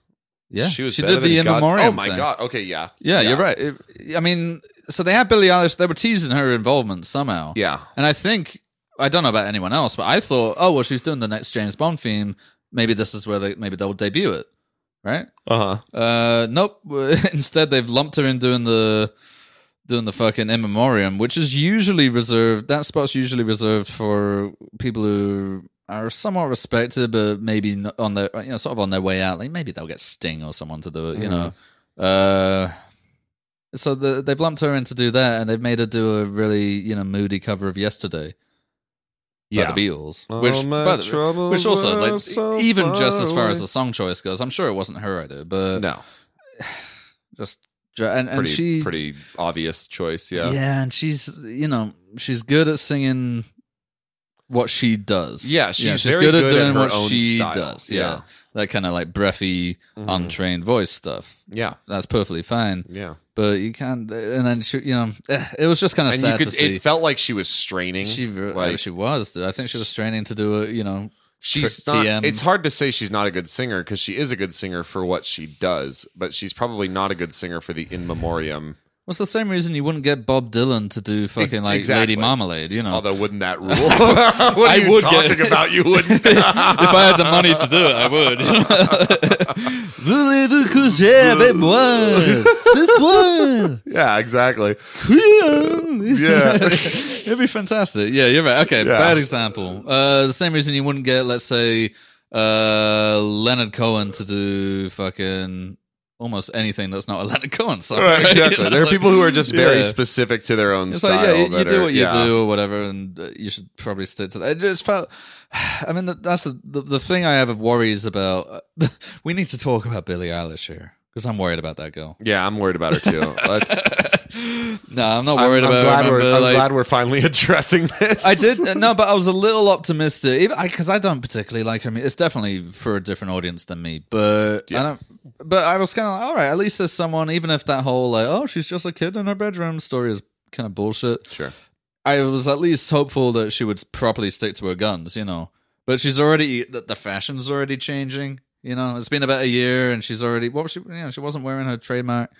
Yeah.
she was.
She
better
did the
than
in
God-
memoriam.
Oh my
thing.
god. Okay, yeah,
Yeah, you're right. It- I mean, so they had Billie Eilish. They were teasing her involvement somehow.
yeah.
And I think I don't know about anyone else, but I thought, oh well, she's doing the next James Bond theme. Maybe this is where they maybe they'll debut it, right?
Uh huh.
Uh, nope. Instead, they've lumped her in doing the doing the fucking in memoriam, which is usually reserved. That spot's usually reserved for people who are somewhat respected, but maybe n- on their you know sort of on their way out. Like maybe they'll get Sting or someone to do it. You
Mhm.
know. Uh, so the, they've lumped her in to do that, and they've made her do a really you know moody cover of Yesterday by
Yeah.
the Beatles,
All
which
my
by the-
troubles
which also
were
like e-
so
even
far
just as far as
away.
the song choice goes, I'm sure it wasn't her idea, but
no,
just dra- and,
pretty
and she
pretty obvious choice.
yeah.
Yeah. yeah.
and she's you know she's good at singing what she does
she's, very good, at her own style.
yeah. that kind of like breathy
Mhm.
untrained voice stuff
yeah,
that's perfectly fine
yeah.
but you can't and then she you know eh, it was just kind of
And you
sad
could.
to see
It felt like she was straining.
she re-
like-
she was dude. I think she was straining to do it you know
she's
Trick
not,
TM.
it's hard to say she's not a good singer because she is a good singer for what she does but she's probably not a good singer for the in memoriam
What's the same reason you wouldn't get Bob Dylan to do fucking like
exactly.
Lady Marmalade, you know?
although wouldn't that rule what are
Oh. I
you
would get-
talking about you wouldn't
if I had the money to do it, I would. Voulez-vous coucher avec moi ce soir?
yeah exactly
Yeah.
Yeah.
It'd be fantastic. Yeah, you're right. Okay,
Yeah.
bad example. Uh, the same reason you wouldn't get, let's say, uh, Leonard Cohen to do fucking almost anything that's not a Leonard Cohen song.
Right, exactly. There are people who are just very
Yeah.
specific to their own
It's
style.
like yeah, you, you
that
do
are-
what you
yeah.
do or whatever, and uh, you should probably stick to that. It just felt. I mean, that- that's the, the the thing I have of worries about. uh, we need to talk about Billie Eilish here because I'm worried about that girl.
Yeah, I'm worried about her too. Let's.
no, I'm not
I'm-
worried
I'm,
about.
glad
her,
we're,
remember,
I'm
like-
glad we're finally addressing this.
I did uh, no, but I was a little optimistic because I, don't particularly like her. mu- It's definitely for a different audience than me, but
Yeah.
I don't. But I was kind of like, all right, at least there's someone. Even if that whole like, oh, she's just a kid in her bedroom story is kind of bullshit.
Sure.
I was at least hopeful that she would properly stick to her guns, you know. But she's already the the fashion's already changing. You know, it's been about a year, and she's already what was she? You know, she wasn't wearing her trademark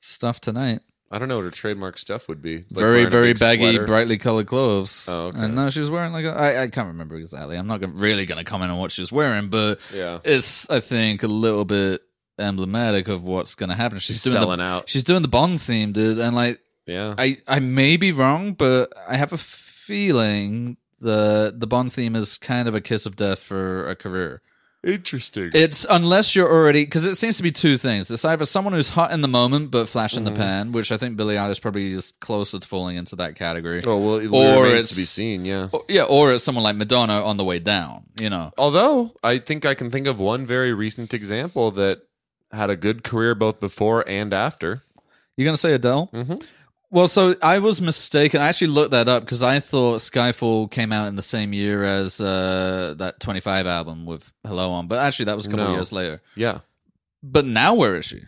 stuff tonight.
I don't know what her trademark stuff would be. Like
very
wearing a
very
big
baggy,
sweater.
brightly colored clothes.
Oh, okay.
And no, she was wearing like a, I, I can't remember exactly. I'm not gonna, really going to comment on what she was wearing, but
Yeah.
it's I think a little bit emblematic of what's going to happen. She's,
She's
doing
selling
the,
out.
She's doing the Bond theme, dude, and like
Yeah.
I I may be wrong, but I have a feeling the the Bond theme is kind of a kiss of death for a career.
Interesting.
It's unless you're already because it seems to be two things. It's either someone who's hot in the moment but flash in the
Mhm.
pan, which I think Billie Eilish probably is closer to falling into that category.
oh well, it
Or
remains to
it's-
be seen. Yeah.
Or- yeah, or it's someone like Madonna on the way down. You know,
Although I think I can think of one very recent example that had a good career both before and after.
you're gonna say Adele.
Mm-hmm.
Well, so I was mistaken. I actually looked that up because I thought Skyfall came out in the same year as uh, that 25 album with Hello on, but actually that was a couple
No.
years later.
Yeah.
But now where is she?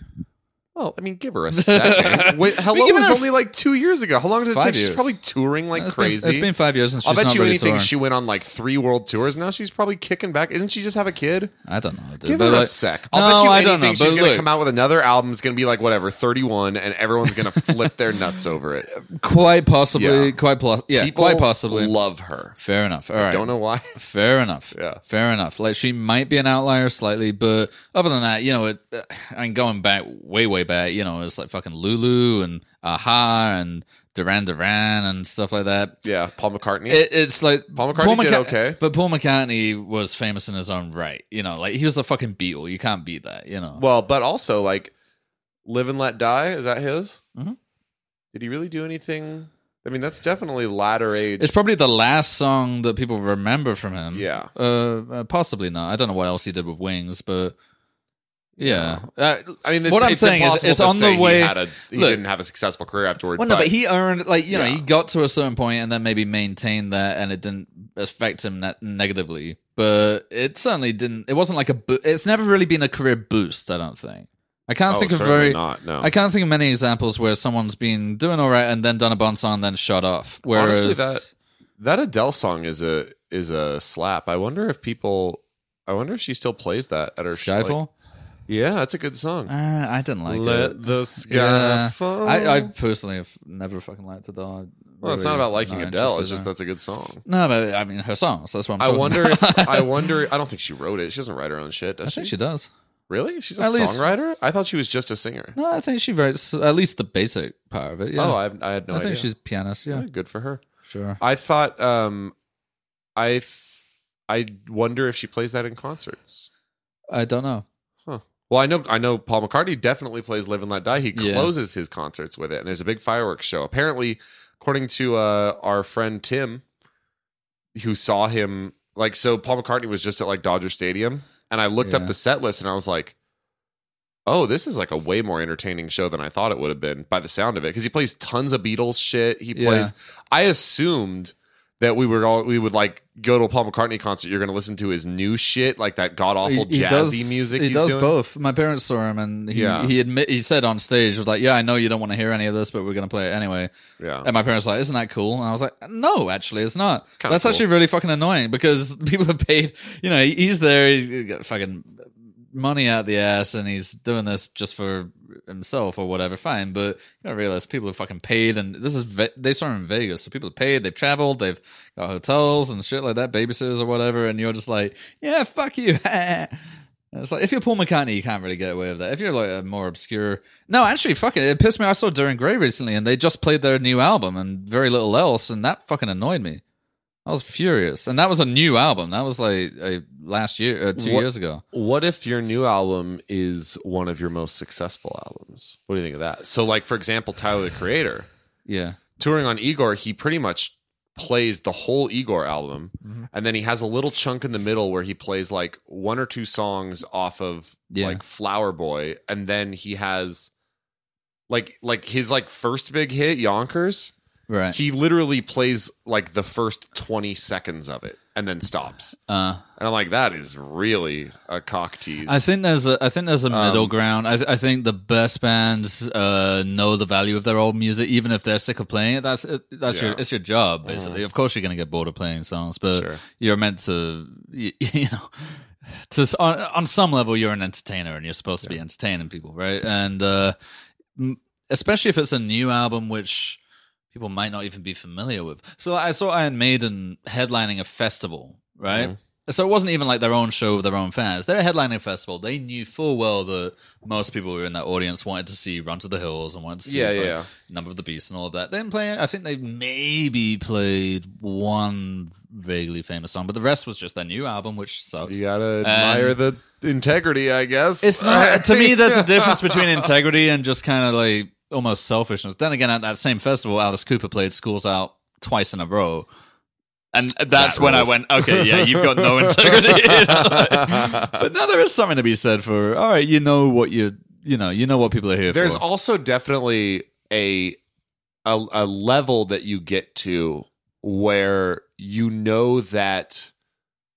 Well, I mean, give her a second. Wait, Hello
given
was
her
only like two years ago. How long did it
Five
take?
years.
She's probably touring like
It's been-
crazy.
it's been five years and she's
I'll bet
not
you
really
anything
touring.
she went on like three world tours. Now she's probably kicking back. Isn't she just have a kid?
I don't know. Dude.
Give
But
her a
like-
sec.
No,
I'll bet you
I
anything
don't know,
she's
but
going to
look.
come out with another album. It's going to be like whatever, 31, and everyone's going to flip their nuts over it.
Quite possibly.
Yeah.
Quite plus. Yeah.
People
quite possibly.
love her.
Fair enough. All right.
Don't know why.
Fair enough.
Yeah.
Fair enough. Like she might be an outlier slightly, but other than that, you know, it. uh, I mean, going back way, way back, you know, it's like fucking Lulu and Aha and Duran Duran and stuff like that.
Yeah, Paul McCartney.
It, it's like
Paul McCartney did okay.
but Paul McCartney was famous in his own right. You know, like he was the fucking Beatle. You can't beat that. You know.
well, but also like Live and Let Die. Is that his?
Mhm.
Did he really do anything? I mean, that's definitely latter age.
It's probably the last song that people remember from him.
Yeah.
Uh, uh, possibly not. I don't know what else he did with Wings, but yeah. Uh,
I mean, it's,
What I'm
it's
saying is
impossible
it's
to
on the
say
way-
He, had a, he
Look.
didn't have a successful career afterwards.
well, no, but he earned like you know
Yeah.
he got to a certain point and then maybe maintained that and it didn't affect him ne- negatively. But it certainly didn't. It wasn't like a. Bo- it's never really been a career boost. I don't think. I can't
Oh,
think of
certainly
very.
not. No,
I can't think of many examples where someone's been doing all right and then done a bon song and then shut off. Whereas
Honestly, that- That Adele song is a is a slap. I wonder if people. I wonder if she still plays that at her
Skyfall,
Like, yeah, that's a good song.
uh, I didn't like it.
the
Yeah.
fall.
I, I personally have never fucking liked Adele.
well, it's not about liking Adele. It's just
that.
that's a good song.
no, but I mean her songs. That's what I'm.
I
talking
wonder.
about.
if I wonder. I don't think she wrote it. She doesn't write her own shit. Does
I
she?
think she does.
Really? She's a
At least-
songwriter. I thought she was just a singer.
No, I think she writes at least the basic part of it. Yeah.
Oh, I, have- I had no
I
idea.
think she's a pianist. Yeah,
Yeah, good for her.
sure.
I thought. Um, I. th- I wonder if she plays that in concerts.
I don't know.
Well, I know I know Paul McCartney definitely plays Live and Let Die. He
Yeah.
closes his concerts with it, and there's a big fireworks show. Apparently, according to uh, our friend Tim, who saw him, like so Paul McCartney was just at like Dodger Stadium, and I looked
Yeah.
up the set list and I was like, Oh, this is like a way more entertaining show than I thought it would have been by the sound of it. Because he plays tons of Beatles shit. He
Yeah.
plays I assumed that we would all we would like go to a Paul McCartney concert, you're gonna listen to his new shit, like that god awful jazzy music
He
he's
does
doing.
both. My parents saw him, and he
Yeah.
he admit he said on stage was like, "Yeah, I know you don't want to hear any of this, but we're gonna play it anyway."
Yeah.
And my parents were like, isn't that cool? And I was like, no, actually, it's not.
kinda
That's
cool.
actually really fucking annoying because people have paid, you know, he- he's there, he's got fucking money out the ass and he's doing this just for himself or whatever. Fine. But you gotta realize people have fucking paid and this is, Ve- they saw him in Vegas. So people have paid, they've traveled, they've got hotels and shit like that, babysitters or whatever. And you're just like, yeah, fuck you. And It's like if you're Paul McCartney, you can't really get away with that. If you're like a more obscure, no, actually, fucking, it pissed me. I saw Duran Gray recently, and they just played their new album and very little else, and that fucking annoyed me. I was furious, and that was a new album. That was like a last year, uh, two
What-
years ago.
What if your new album is one of your most successful albums? What do you think of that? So, like for example, Tyler the Creator
Yeah,
touring on Igor, he pretty much plays the whole Igor album,
Mhm.
and then he has a little chunk in the middle where he plays like one or two songs off of
Yeah.
like Flower Boy, and then he has like like his like first big hit Yonkers.
right.
He literally plays like the first twenty seconds of it, and then stops.
Uh,
And I'm like, that is really a cock tease.
I think there's a I think there's a middle
Um,
ground. I, th- I think the best bands uh, know the value of their old music, even if they're sick of playing it. That's it, that's your
Yeah.
it's your job basically. Of course, you're gonna get bored of playing songs, but
Sure.
you're meant to you, you know to s- on, on some level you're an entertainer and you're supposed to be entertaining people, right? And uh, m- especially if it's a new album, which people might not even be familiar with. So I saw Iron Maiden headlining a festival, right?
Mm-hmm.
So it wasn't even like their own show with their own fans. They're a headlining festival. They knew full well that most people who were in that audience wanted to see Run to the Hills and wanted to see
Yeah,
like,
yeah.
Number of the Beast and all of that. They didn't play it. I think they maybe played one vaguely famous song, but the rest was just their new album, which sucks.
You gotta
Um,
admire the integrity, I guess.
It's not to me. There's a difference between integrity and just kind of like almost selfishness. Then again, at that same festival, Alice Cooper played "Schools Out" twice in a row, and that's
That
when I
rules.
went, "Okay, yeah, you've got no integrity." You know, like- but now there is something to be said for all right. You know what you you know you know what people are here
There's
for.
also definitely a, a a level that you get to where you know that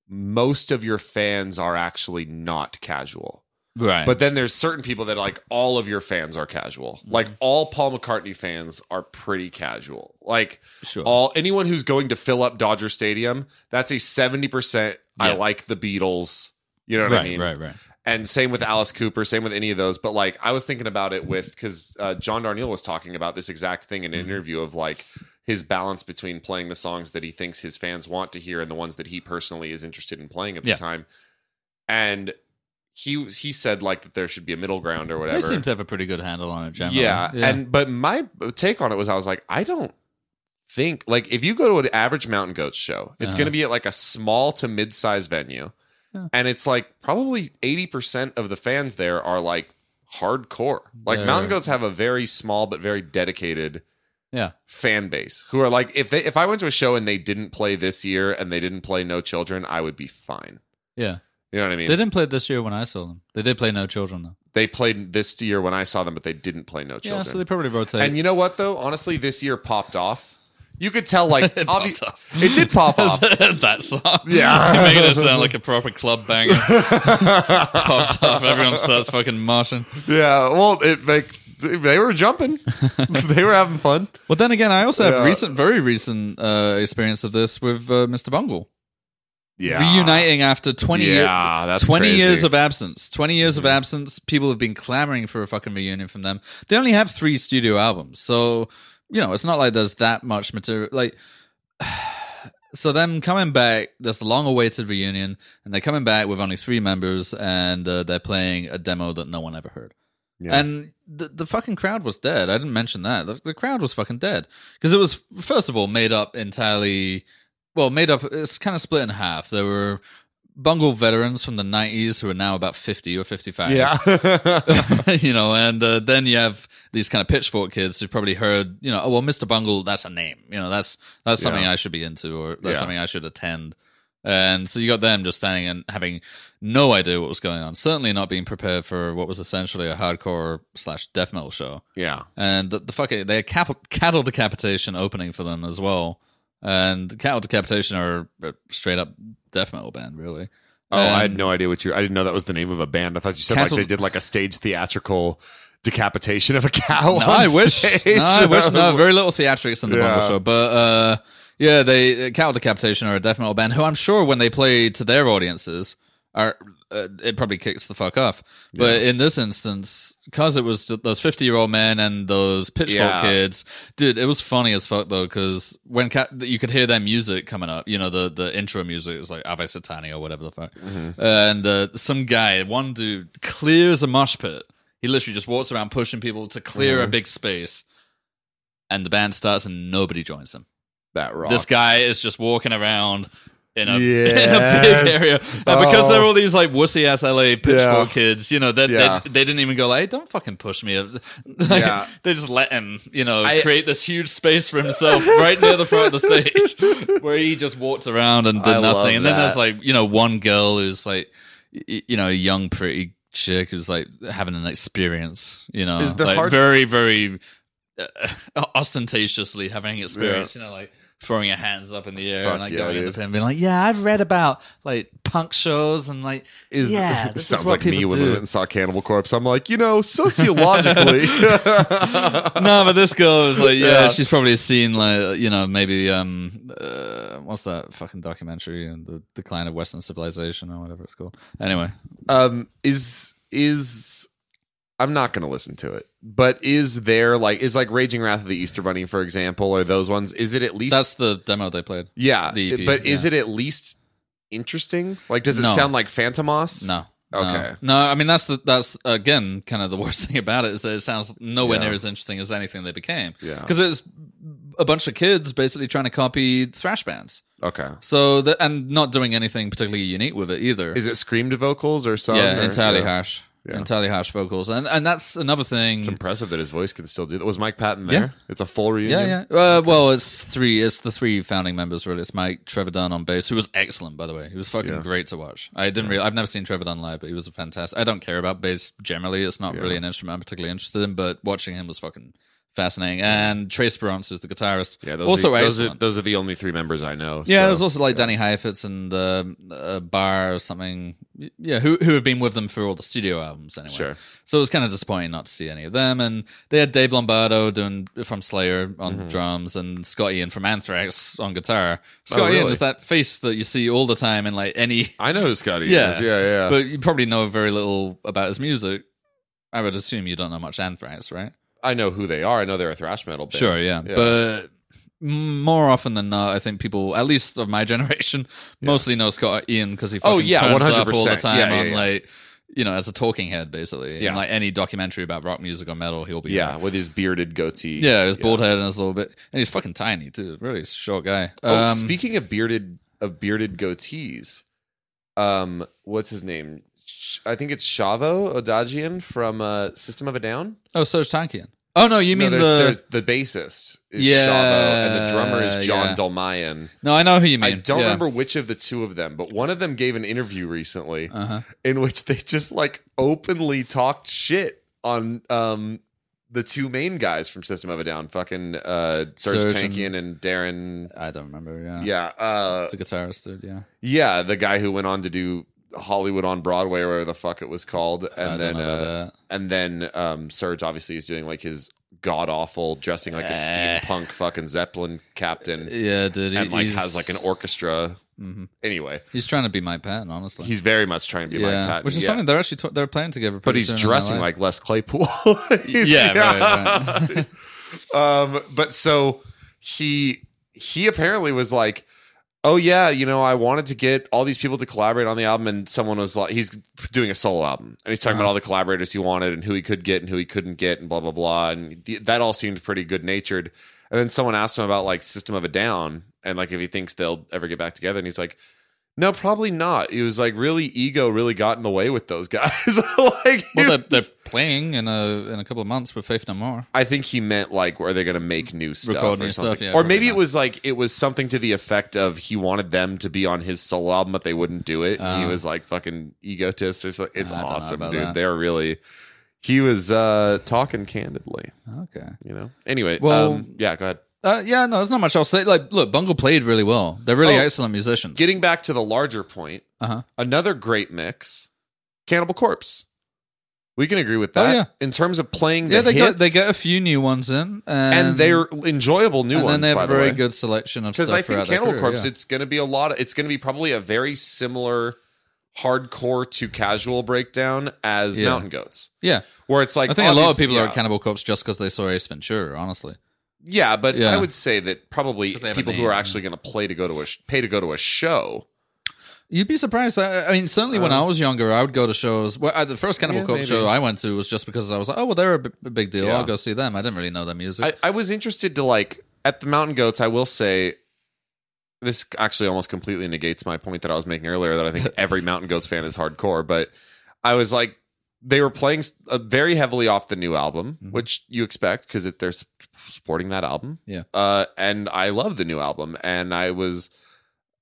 most of your fans are actually not casual.
right,
But then there's certain people that like all of your fans are casual.
Mm-hmm.
Like all Paul McCartney fans are pretty casual. Like
sure.
all anyone who's going to fill up Dodger Stadium, that's a 70% I
Yeah.
like the Beatles. You know what
right,
I mean?
right, right.
And same with Alice Cooper, same with any of those. But like, I was thinking about it with because uh, John Darnielle was talking about this exact thing in an
Mm-hmm.
interview of like his balance between playing the songs that he thinks his fans want to hear and the ones that he personally is interested in playing at the
Yeah.
time. And he he said like that there should be a middle ground or whatever.
They seem to have a pretty good handle on it generally.
Yeah, and but my take on it was I was like, I don't think like if you go to an average Mountain Goats show, it's
Uh-huh.
going to be at like a small to mid-sized venue,
Yeah.
and it's like probably eighty percent of the fans there are like hardcore. Like
They're-
Mountain Goats have a very small but very dedicated
yeah,
fan base who are like if they if I went to a show and they didn't play this year and they didn't play No Children, I would be fine.
yeah.
You know what I
They
mean?
didn't play it this year when I saw them. They did play No Children though.
they played this year when I saw them, but they didn't play No Children.
Yeah, so they probably rotate.
And you know what though? Honestly, this year popped off. You could tell like
It
obvi-
popped off.
it did pop off.
that song.
Yeah.
You're making it sound like a proper club banger. Pops off, everyone starts fucking marching.
yeah, well, it like they were jumping. they were having fun.
Well, then again, I also have
Yeah.
recent, very recent uh, experience of this with uh, Mr. Bungle.
Yeah.
Reuniting after 20, year-
Yeah, that's
20
crazy. Mm-hmm.
years of absence. 20 years of absence. People have been clamoring for a fucking reunion from them. They only have three studio albums. So, you know, it's not like there's that much material. Like, so them coming back, this long awaited reunion, and they're coming back with only three members and uh, they're playing a demo that no one ever heard.
Yeah.
And the, the fucking crowd was dead. I didn't mention that. The, the crowd was fucking dead. Because it was, first of all, made up entirely. Well, made up. It's kind of split in half. There were Bungle veterans from the 90s who are now about 50 or 55.
Yeah.
you know, and uh, then you have these kind of pitchfork kids who've probably heard, you know, oh well, Mr. Bungle, that's a name. You know, that's that's something
Yeah.
I should be into, or that's
Yeah.
something I should attend. And so you got them just standing and having no idea what was going on. Certainly not being prepared for what was essentially a hardcore slash death metal show.
yeah.
And the, the fucking they had cap- cattle decapitation opening for them as well. And cattle decapitation are a straight up death metal band, really.
Oh, I
And-
had no idea what you. I didn't know that was the name of a band. I thought you said
Canceled-
like they did like a stage theatrical decapitation of a cow.
No,
on
I wish.
stage.
No, I wish. No, very little theatrics in the
Yeah.
Bongo Show. But uh, yeah, they uh, Cattle Decapitation are a death metal band who I'm sure when they play to their audiences are uh, it probably kicks the fuck off. But in this instance, because it was th- those 50 year old men and those pitchfork
Yeah.
kids, dude, it was funny as fuck though because when cat you could hear their music coming up, you know the the intro music is like Ave Satani or whatever the fuck, and uh, some guy, one dude, clears a mosh pit. He literally just walks around pushing people to clear a big space, and the band starts and nobody joins him.
That rock.
This guy is just walking around in a, in a big
Yes.
area. And because
Oh.
they're all these like wussy ass LA pitchfork kids, you know, they,
Yeah.
they, they didn't even go, hey, don't fucking push me.
Yeah.
They just let him, you know,
I-
create this huge space for himself right near the front of the stage where he just walked around and did
I love
nothing. And then
that.
there's like, you know, one girl who's like, y- you know, a young, pretty chick who's like having an experience, you know,
Is the
like
hard-
very, very uh, ostentatiously having experience, you know, like throwing your hands up in the air
Fuck
and like
yeah,
going to the
dude.
pit and being like, yeah, I've read about like punk shows and like,
is
yeah, this is
sounds
what
like me
people
when we
do.
went and saw Cannibal Corpse. I'm like, you know, sociologically,
no, but this girl is like, yeah,
Yeah.
she's probably seen like, you know, maybe um, uh, what's that fucking documentary and the decline of Western civilization or whatever it's called. Anyway,
um, is is I'm not going to listen to it, but is there like is like Raging Wrath of the Easter Bunny, for example, or those ones? Is it at least
that's the demo they played.
yeah?
the EP,
but is
yeah.
it at least interesting? Like, does it
No.
sound like Phantomos?
No. no.
Okay.
No, I mean that's the that's again kind of the worst thing about it is that it sounds nowhere
Yeah.
near as interesting as anything they became.
Yeah.
Because it's a bunch of kids basically trying to copy thrash bands.
Okay.
So that and not doing anything particularly unique with it either.
Is it screamed vocals or something?
yeah,
or,
entirely
yeah.
harsh.
Yeah.
Entirely harsh vocals. And and that's another thing.
It's impressive that his voice can still do that. Was Mike Patton
Yeah.
there? It's a full reunion.
Yeah, yeah. Uh, Well, it's three. It's the three founding members. Really, it's Mike Trevor Dunn on bass, who was excellent, by the way. He was fucking
Yeah.
great to watch. I didn't really. I've never seen Trevor Dunn live, but he was a fantastic. I don't care about bass generally. It's not really an instrument I'm particularly interested in, but watching him was fucking fascinating. And Trey Speranza is the guitarist.
Yeah, those
also
are, those, are,
excellent.
those are the only three members I know.
yeah,
so-
there's also like Danny Heifetz and um, uh, Bar or something. Yeah, who who have been with them for all the studio albums anyway.
Sure.
So it was kind of disappointing not to see any of them. And they had Dave Lombardo doing from Slayer on
Mm-hmm.
drums and Scott Ian from Anthrax on guitar. Scott Ian
Oh, really?
is that face that you see all the time in like any,
I know who Scotty
Yeah.
is. Yeah, yeah.
but you probably know very little about his music. I would assume you don't know much Anthrax, right?
I know who they are. I know they're a thrash metal band.
Sure, yeah.
Yeah.
But more often than not, I think people, at least of my generation, mostly know Scott Ian because he fucking
Oh, yeah,
turns up all the
100%.
time
Yeah, yeah,
on
yeah.
like, you know, as a talking head basically.
Yeah.
In like any documentary about rock music or metal, he'll be
Yeah,
on.
with his bearded goatee.
Yeah, his bald head and his little bit, and he's fucking tiny too. Really short guy.
Oh,
Um,
speaking of bearded of bearded goatees, um, what's his name? Sh- I think it's Shavo Odagian from uh, System of a Down.
oh, Serge Tankian. Oh no, you
No,
mean
there's,
the?
there's the bassist is
Yeah,
Shavo, and the drummer is John
yeah.
Dolmayan.
No, I know who you
I
mean.
don't
Yeah.
remember which of the two of them, but one of them gave an interview recently
Uh-huh.
in which they just like openly talked shit on um the two main guys from System of a Down, fucking uh Serge,
Serge and-
Tankian and Darren.
I don't remember. Yeah.
Yeah, uh
The guitarist dude. Yeah.
yeah, the guy who went on to do Hollywood on Broadway or whatever the fuck it was called, and
I
then
don't know about
uh,
that.
and then um Serge obviously is doing like his god awful dressing like a
Eh.
steampunk fucking Zeppelin captain
Yeah, dude. He,
and like
he's,
has like an orchestra.
Mhm.
Anyway,
He's trying to be Mike Patton, honestly.
he's very much trying to be
yeah,
like Mike Patton,
which is
yeah.
funny. They're actually t- they're playing together,
but
pretty
he's
soon in
dressing
LA.
like Les Claypool. He's-
Yeah, right,
um, but so he he apparently was like, oh yeah, you know, I wanted to get all these people to collaborate on the album, and someone was like, he's doing a solo album, and he's talking about all the collaborators he wanted and who he could get and who he couldn't get, and blah blah blah, and th- that all seemed pretty good natured. And then someone asked him about like System of a Down and like if he thinks they'll ever get back together, and he's like. No, probably not. It was like really ego really got in the way with those guys. like, he
well,
was-
they're, they're playing in a in a couple of months with Faith No More.
I think he meant like, were they going to make new stuff
Record
or
new stuff,
something?
yeah,
or
probably
maybe it
not.
was like it was something to the effect of he wanted them to be on his solo album, but they wouldn't do it. And
Oh.
he was like fucking egotist or something. It's
I don't know
awesome,
about
dude.
that.
They're really. He was uh talking candidly,
Okay.
you know. Anyway,
Well-
um, yeah, go ahead.
Uh, yeah, no, there's not much else. to say. Like, look, Bungle played really well. They're really
Oh,
excellent musicians.
Getting back to the larger point,
Uh-huh.
another great mix, Cannibal Corpse. We can agree with that.
Oh, yeah.
In terms of playing, the
yeah, they
hits,
got they get a few new ones in, and,
and they're enjoyable new
and
ones.
then they have
by
a
the
very
way.
good selection of
because
stuff.
I think
throughout their
Cannibal
career,
Corpse,
yeah.
it's going to be a lot. Of, it's going to be probably a very similar hardcore to casual breakdown as
Yeah.
Mountain Goats,
yeah,
where it's like
I think a lot of
obvious-
people are
yeah.
at Cannibal Corpse just because they saw Ace Ventura. Honestly,
Yeah, but
Yeah.
I would say that probably
'Cause they have a
people who
name,
are
yeah.
actually going to play to go to a sh- pay to go to a show.
you'd be surprised. I, I mean, certainly when I was younger, I would go to shows. Well, uh, the first Cannibal
Yeah,
Corpse
maybe.
show I went to was just because I was like, oh well, they're a b- a big deal.
Yeah.
I'll go see them. I didn't really know their music.
I, I was interested to like at the Mountain Goats. I will say this actually almost completely negates my point that I was making earlier that I think every Mountain Goats fan is hardcore, but I was like, they were playing s- uh, very heavily off the new album,
Mhm.
which you expect because they're s- supporting that album.
Yeah.
Uh, and I love the new album, and I was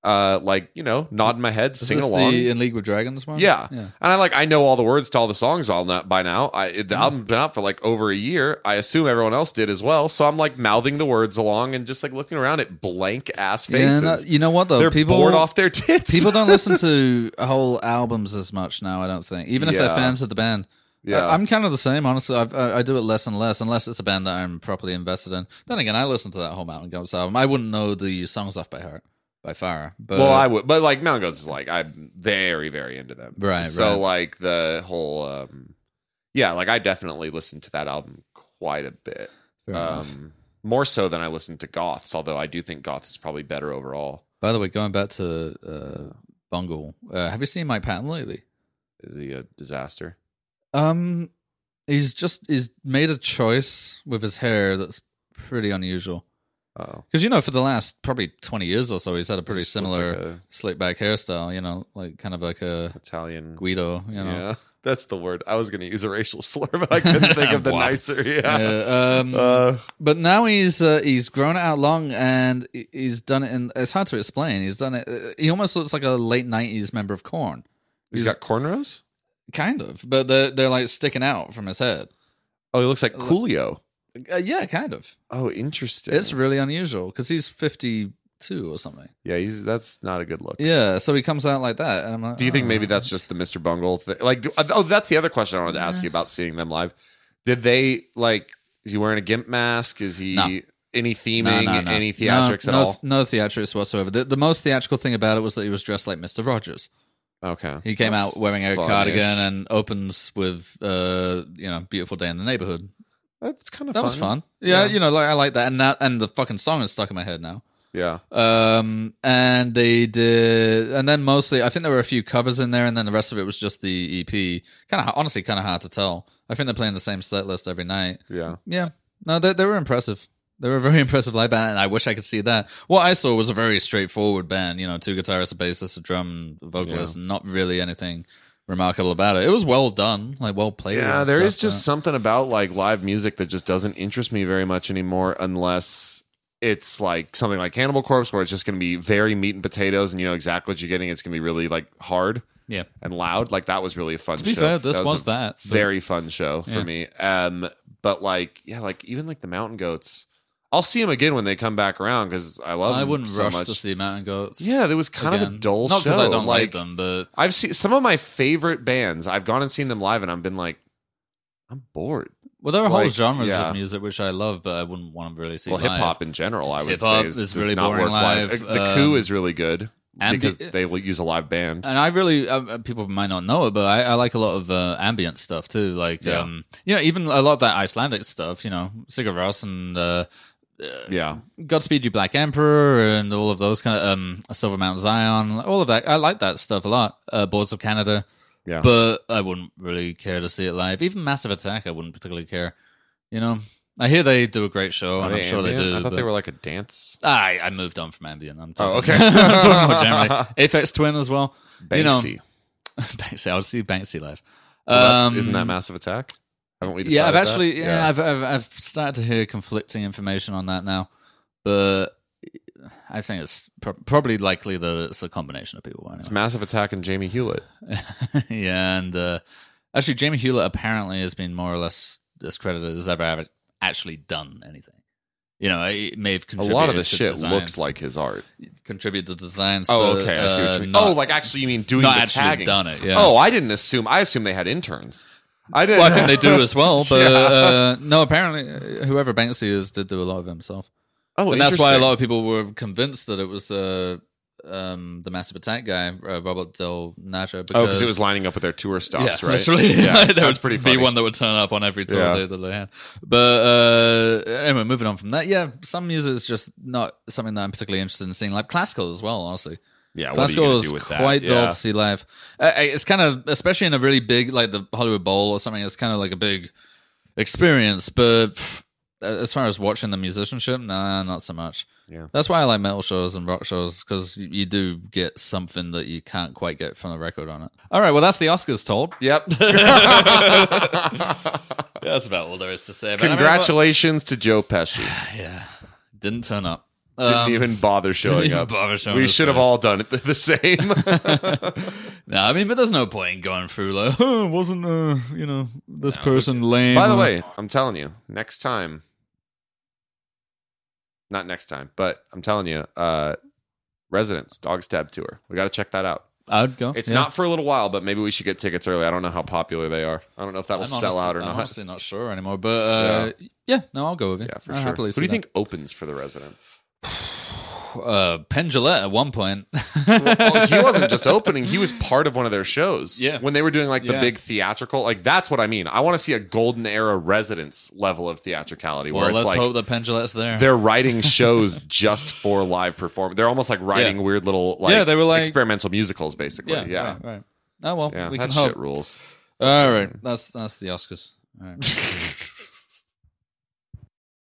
uh, like, you know, nodding my head,
Is
sing
this
along.
the In League with Dragons one?
Yeah.
Yeah.
And I like I know all the words to all the songs all now, by now. I it- the album's been out for like over a year. I assume everyone else did as well. So I'm like mouthing the words along and just like looking around at blank ass faces.
Yeah, no, you know what though?
They're
people
bored off their tits.
people don't listen to whole albums as much now. I don't think, even if
Yeah.
they're fans of the band. I- I'm kind of the same, honestly. I've, I, I do it less and less, unless it's a band that I'm properly invested in. Then again, I listen to that whole Mountain Goats album. I wouldn't know the songs off by heart, by far. But
well, I would, but like Mountain Goats is like I'm very, very into them.
Right,
So
right.
like the whole, um yeah, like I definitely listened to that album quite a bit,
Fair enough.
um, more so than I listened to Goths. Although I do think Goths is probably better overall.
By the way, going back to uh, Bungle, uh, have you seen Mike Patton lately?
Is he a disaster?
Um, he's just he's made a choice with his hair that's pretty unusual.
Oh,
Because you know, for the last probably twenty years or so, he's had a pretty similar slick back hairstyle. You know, like kind of like a
Italian.
Guido. You know,
Yeah, that's the word. I was going to use a racial slur, but I couldn't think of the
Wow.
nicer. Yeah.
Yeah, um,
Uh,
but now he's uh, he's grown it out long and he- he's done it. in it's hard to explain. He's done it. uh, He almost looks like a late '90s member of Corn,
he's got cornrows.
kind of. But they're they're like sticking out from his head.
Oh, he looks like Coolio.
Uh, yeah, kind of.
Oh, interesting.
It's really unusual because he's 52 or something.
yeah, he's that's not a good look.
Yeah, so he comes out like that. And I'm like,
Do you think
"Oh."
maybe that's just the Mr. Bungle thing? Like, do, oh, that's the other question I wanted to ask you about seeing them live. Did they like? Is he wearing a gimp mask? Is he
No.
any theming?
No, no, no.
Any theatrics
no,
at
no,
all?
No theatrics whatsoever. The, the most theatrical thing about it was that he was dressed like Mister Rogers.
Okay,
He came
That's
out wearing a
fun-ish.
cardigan and opens with, uh, you know, "Beautiful Day in the Neighborhood."
that's kind of
That was fun. Yeah,
Yeah.
you know, like I like that, and that, and the fucking song is stuck in my head now.
Yeah,
Um, and they did, and then mostly, I think there were a few covers in there, and then the rest of it was just the EP. Kind of, honestly, kind of hard to tell. I think they're playing the same set list every night.
yeah.
Yeah, no, they, they were impressive. They were a very impressive live band, and I wish I could see that. What I saw was a very straightforward band. You know, two guitarists, a bassist, a drum, a vocalist, and not really anything remarkable about it. It was well done, like well played.
Yeah,
and
there
stuff, uh,
is just something about like live music that just doesn't interest me very much anymore unless it's like something like Cannibal Corpse where it's just going to be very meat and potatoes and you know exactly what you're getting. It's going to be really like hard
but- yeah.
and loud. Like that was really a fun
To be
show.
fair, this was,
a
that. but-
very fun show for
Yeah.
me. Um but like yeah, like even like the Mountain Goats. I'll see them again when they come back around cuz I love
I
them
wouldn't
so
rush
much.
to see Mountain Goats.
yeah, there was kind of a
again.
dull
Not
show.
because I don't
like
like them, but
I've seen some of my favorite bands. I've gone and seen them live and I've been like I'm bored.
well, there are whole
Like,
genres
yeah.
of music which I love, but I wouldn't want to really see.
well, hip
live.
hop in general, I would
Hip-hop
say, is,
is
does
really
not
boring
work live.
live,
The coup
um,
is really good
ambi-
because they will use a live band.
and I really uh, uh, people might not know it, but I, I like a lot of uh, ambient stuff too. Like,
Yeah.
um, you know, even a lot of that Icelandic stuff. You know, Sigur Rós and uh,
yeah,
Godspeed You Black Emperor and all of those kind of um, Silver Mount Zion, all of that. I like that stuff a lot. Uh, Boards of Canada,
yeah.
but I wouldn't really care to see it live. Even Massive Attack, I wouldn't particularly care. You know, I hear they do a great show,
Are
and oh, I'm sure they
ambient?
do.
I thought
but-
they were like a dance.
I, I moved on from ambient. I'm talking,
Oh, okay.
I'm talking more generally. Aphex Twin as well.
Banksy.
You know, Banksy. I'll see Banksy live.
Well, that's-
Um,
isn't that Massive Attack? Haven't we?
yeah, I've
decided that?
actually yeah, I've, I've I've started to hear conflicting information on that now, but I think it's pro- probably likely that it's a combination of people.
it's
Anyway.
Massive Attack and Jamie Hewlett.
yeah, and uh, actually, Jamie Hewlett apparently has been more or less discredited as ever have actually done anything. You know, it may have
A
contributed.
lot of the
to
shit
designs,
looks like his art.
contributed to designs.
Oh,
but,
okay, I see what
uh,
you mean.
not-
oh, like actually, you mean doing
not
the
actually
tagging?
done it. Yeah.
Oh, I didn't assume. I assume they had interns. I didn't.
Well, I think they do as well, but
Yeah.
uh, no. Apparently, uh, whoever Banksy is did do a lot of himself,
oh,
and that's why a
interesting.
lot of people were convinced that it was uh, um, the Massive Attack guy, uh, Robert Del Naja.
Oh, because it was lining up with their tour stops,
yeah,
right?
literally.
Yeah,
there
that's
would
pretty
be
funny.
one that would turn up on every tour
Yeah.
date that they had. But uh, anyway, moving on from that, yeah, some music is just not something that I'm particularly interested in seeing. Like classical as well, honestly.
Yeah, what are you
Glasgow
gonna
is
do with that?
quite dull
Yeah.
to see live. Uh, it's kind of, especially in a really big, like the Hollywood Bowl or something, it's kind of like a big experience. But pff, as far as watching the musicianship, nah, not so much. That's why I like metal shows and rock shows because you do get something that you can't quite get from a record on it. All right, well that's the Oscars told.
Yep.
That's about all there is to say. About
Congratulations to Joe Pesci.
yeah, didn't turn up.
Didn't
Um,
even bother showing
even
up.
bother showing
we
his
should have
face.
all done it the same.
No, I mean, but there's no point in going through like, oh, wasn't uh, you know this person lame?
By the
or-
way, I'm telling you, next time, not next time, but I'm telling you, uh, Residents Dog Stab Tour. We got to check that out.
I'd go.
It's
yeah.
not for a little while, but maybe we should get tickets early. I don't know how popular they are. I don't know if that'll
I'm
sell
honestly-
out or
I'm
not.
honestly not sure anymore. But uh, yeah. no, I'll go with you.
yeah, for
I'll
sure. Who
happily see
do you
that.
think opens for the Residents?
Uh, Penn Jillette at one point.
well, he wasn't just opening; he was part of one of their shows.
Yeah.
when they were doing like the
Yeah.
big theatrical, like that's what I mean. I want to see a golden era Residents level of theatricality
well,
where
let's
it's like
hope that Penn Jillette's there.
they're writing shows just for live performance. They're almost like writing
Yeah.
weird little like,
Yeah, they were like-
experimental musicals, basically. Yeah,
yeah,
yeah,
Right, right. Oh well, we can
that
hope.
shit rules.
All right, that's that's the Oscars. All right.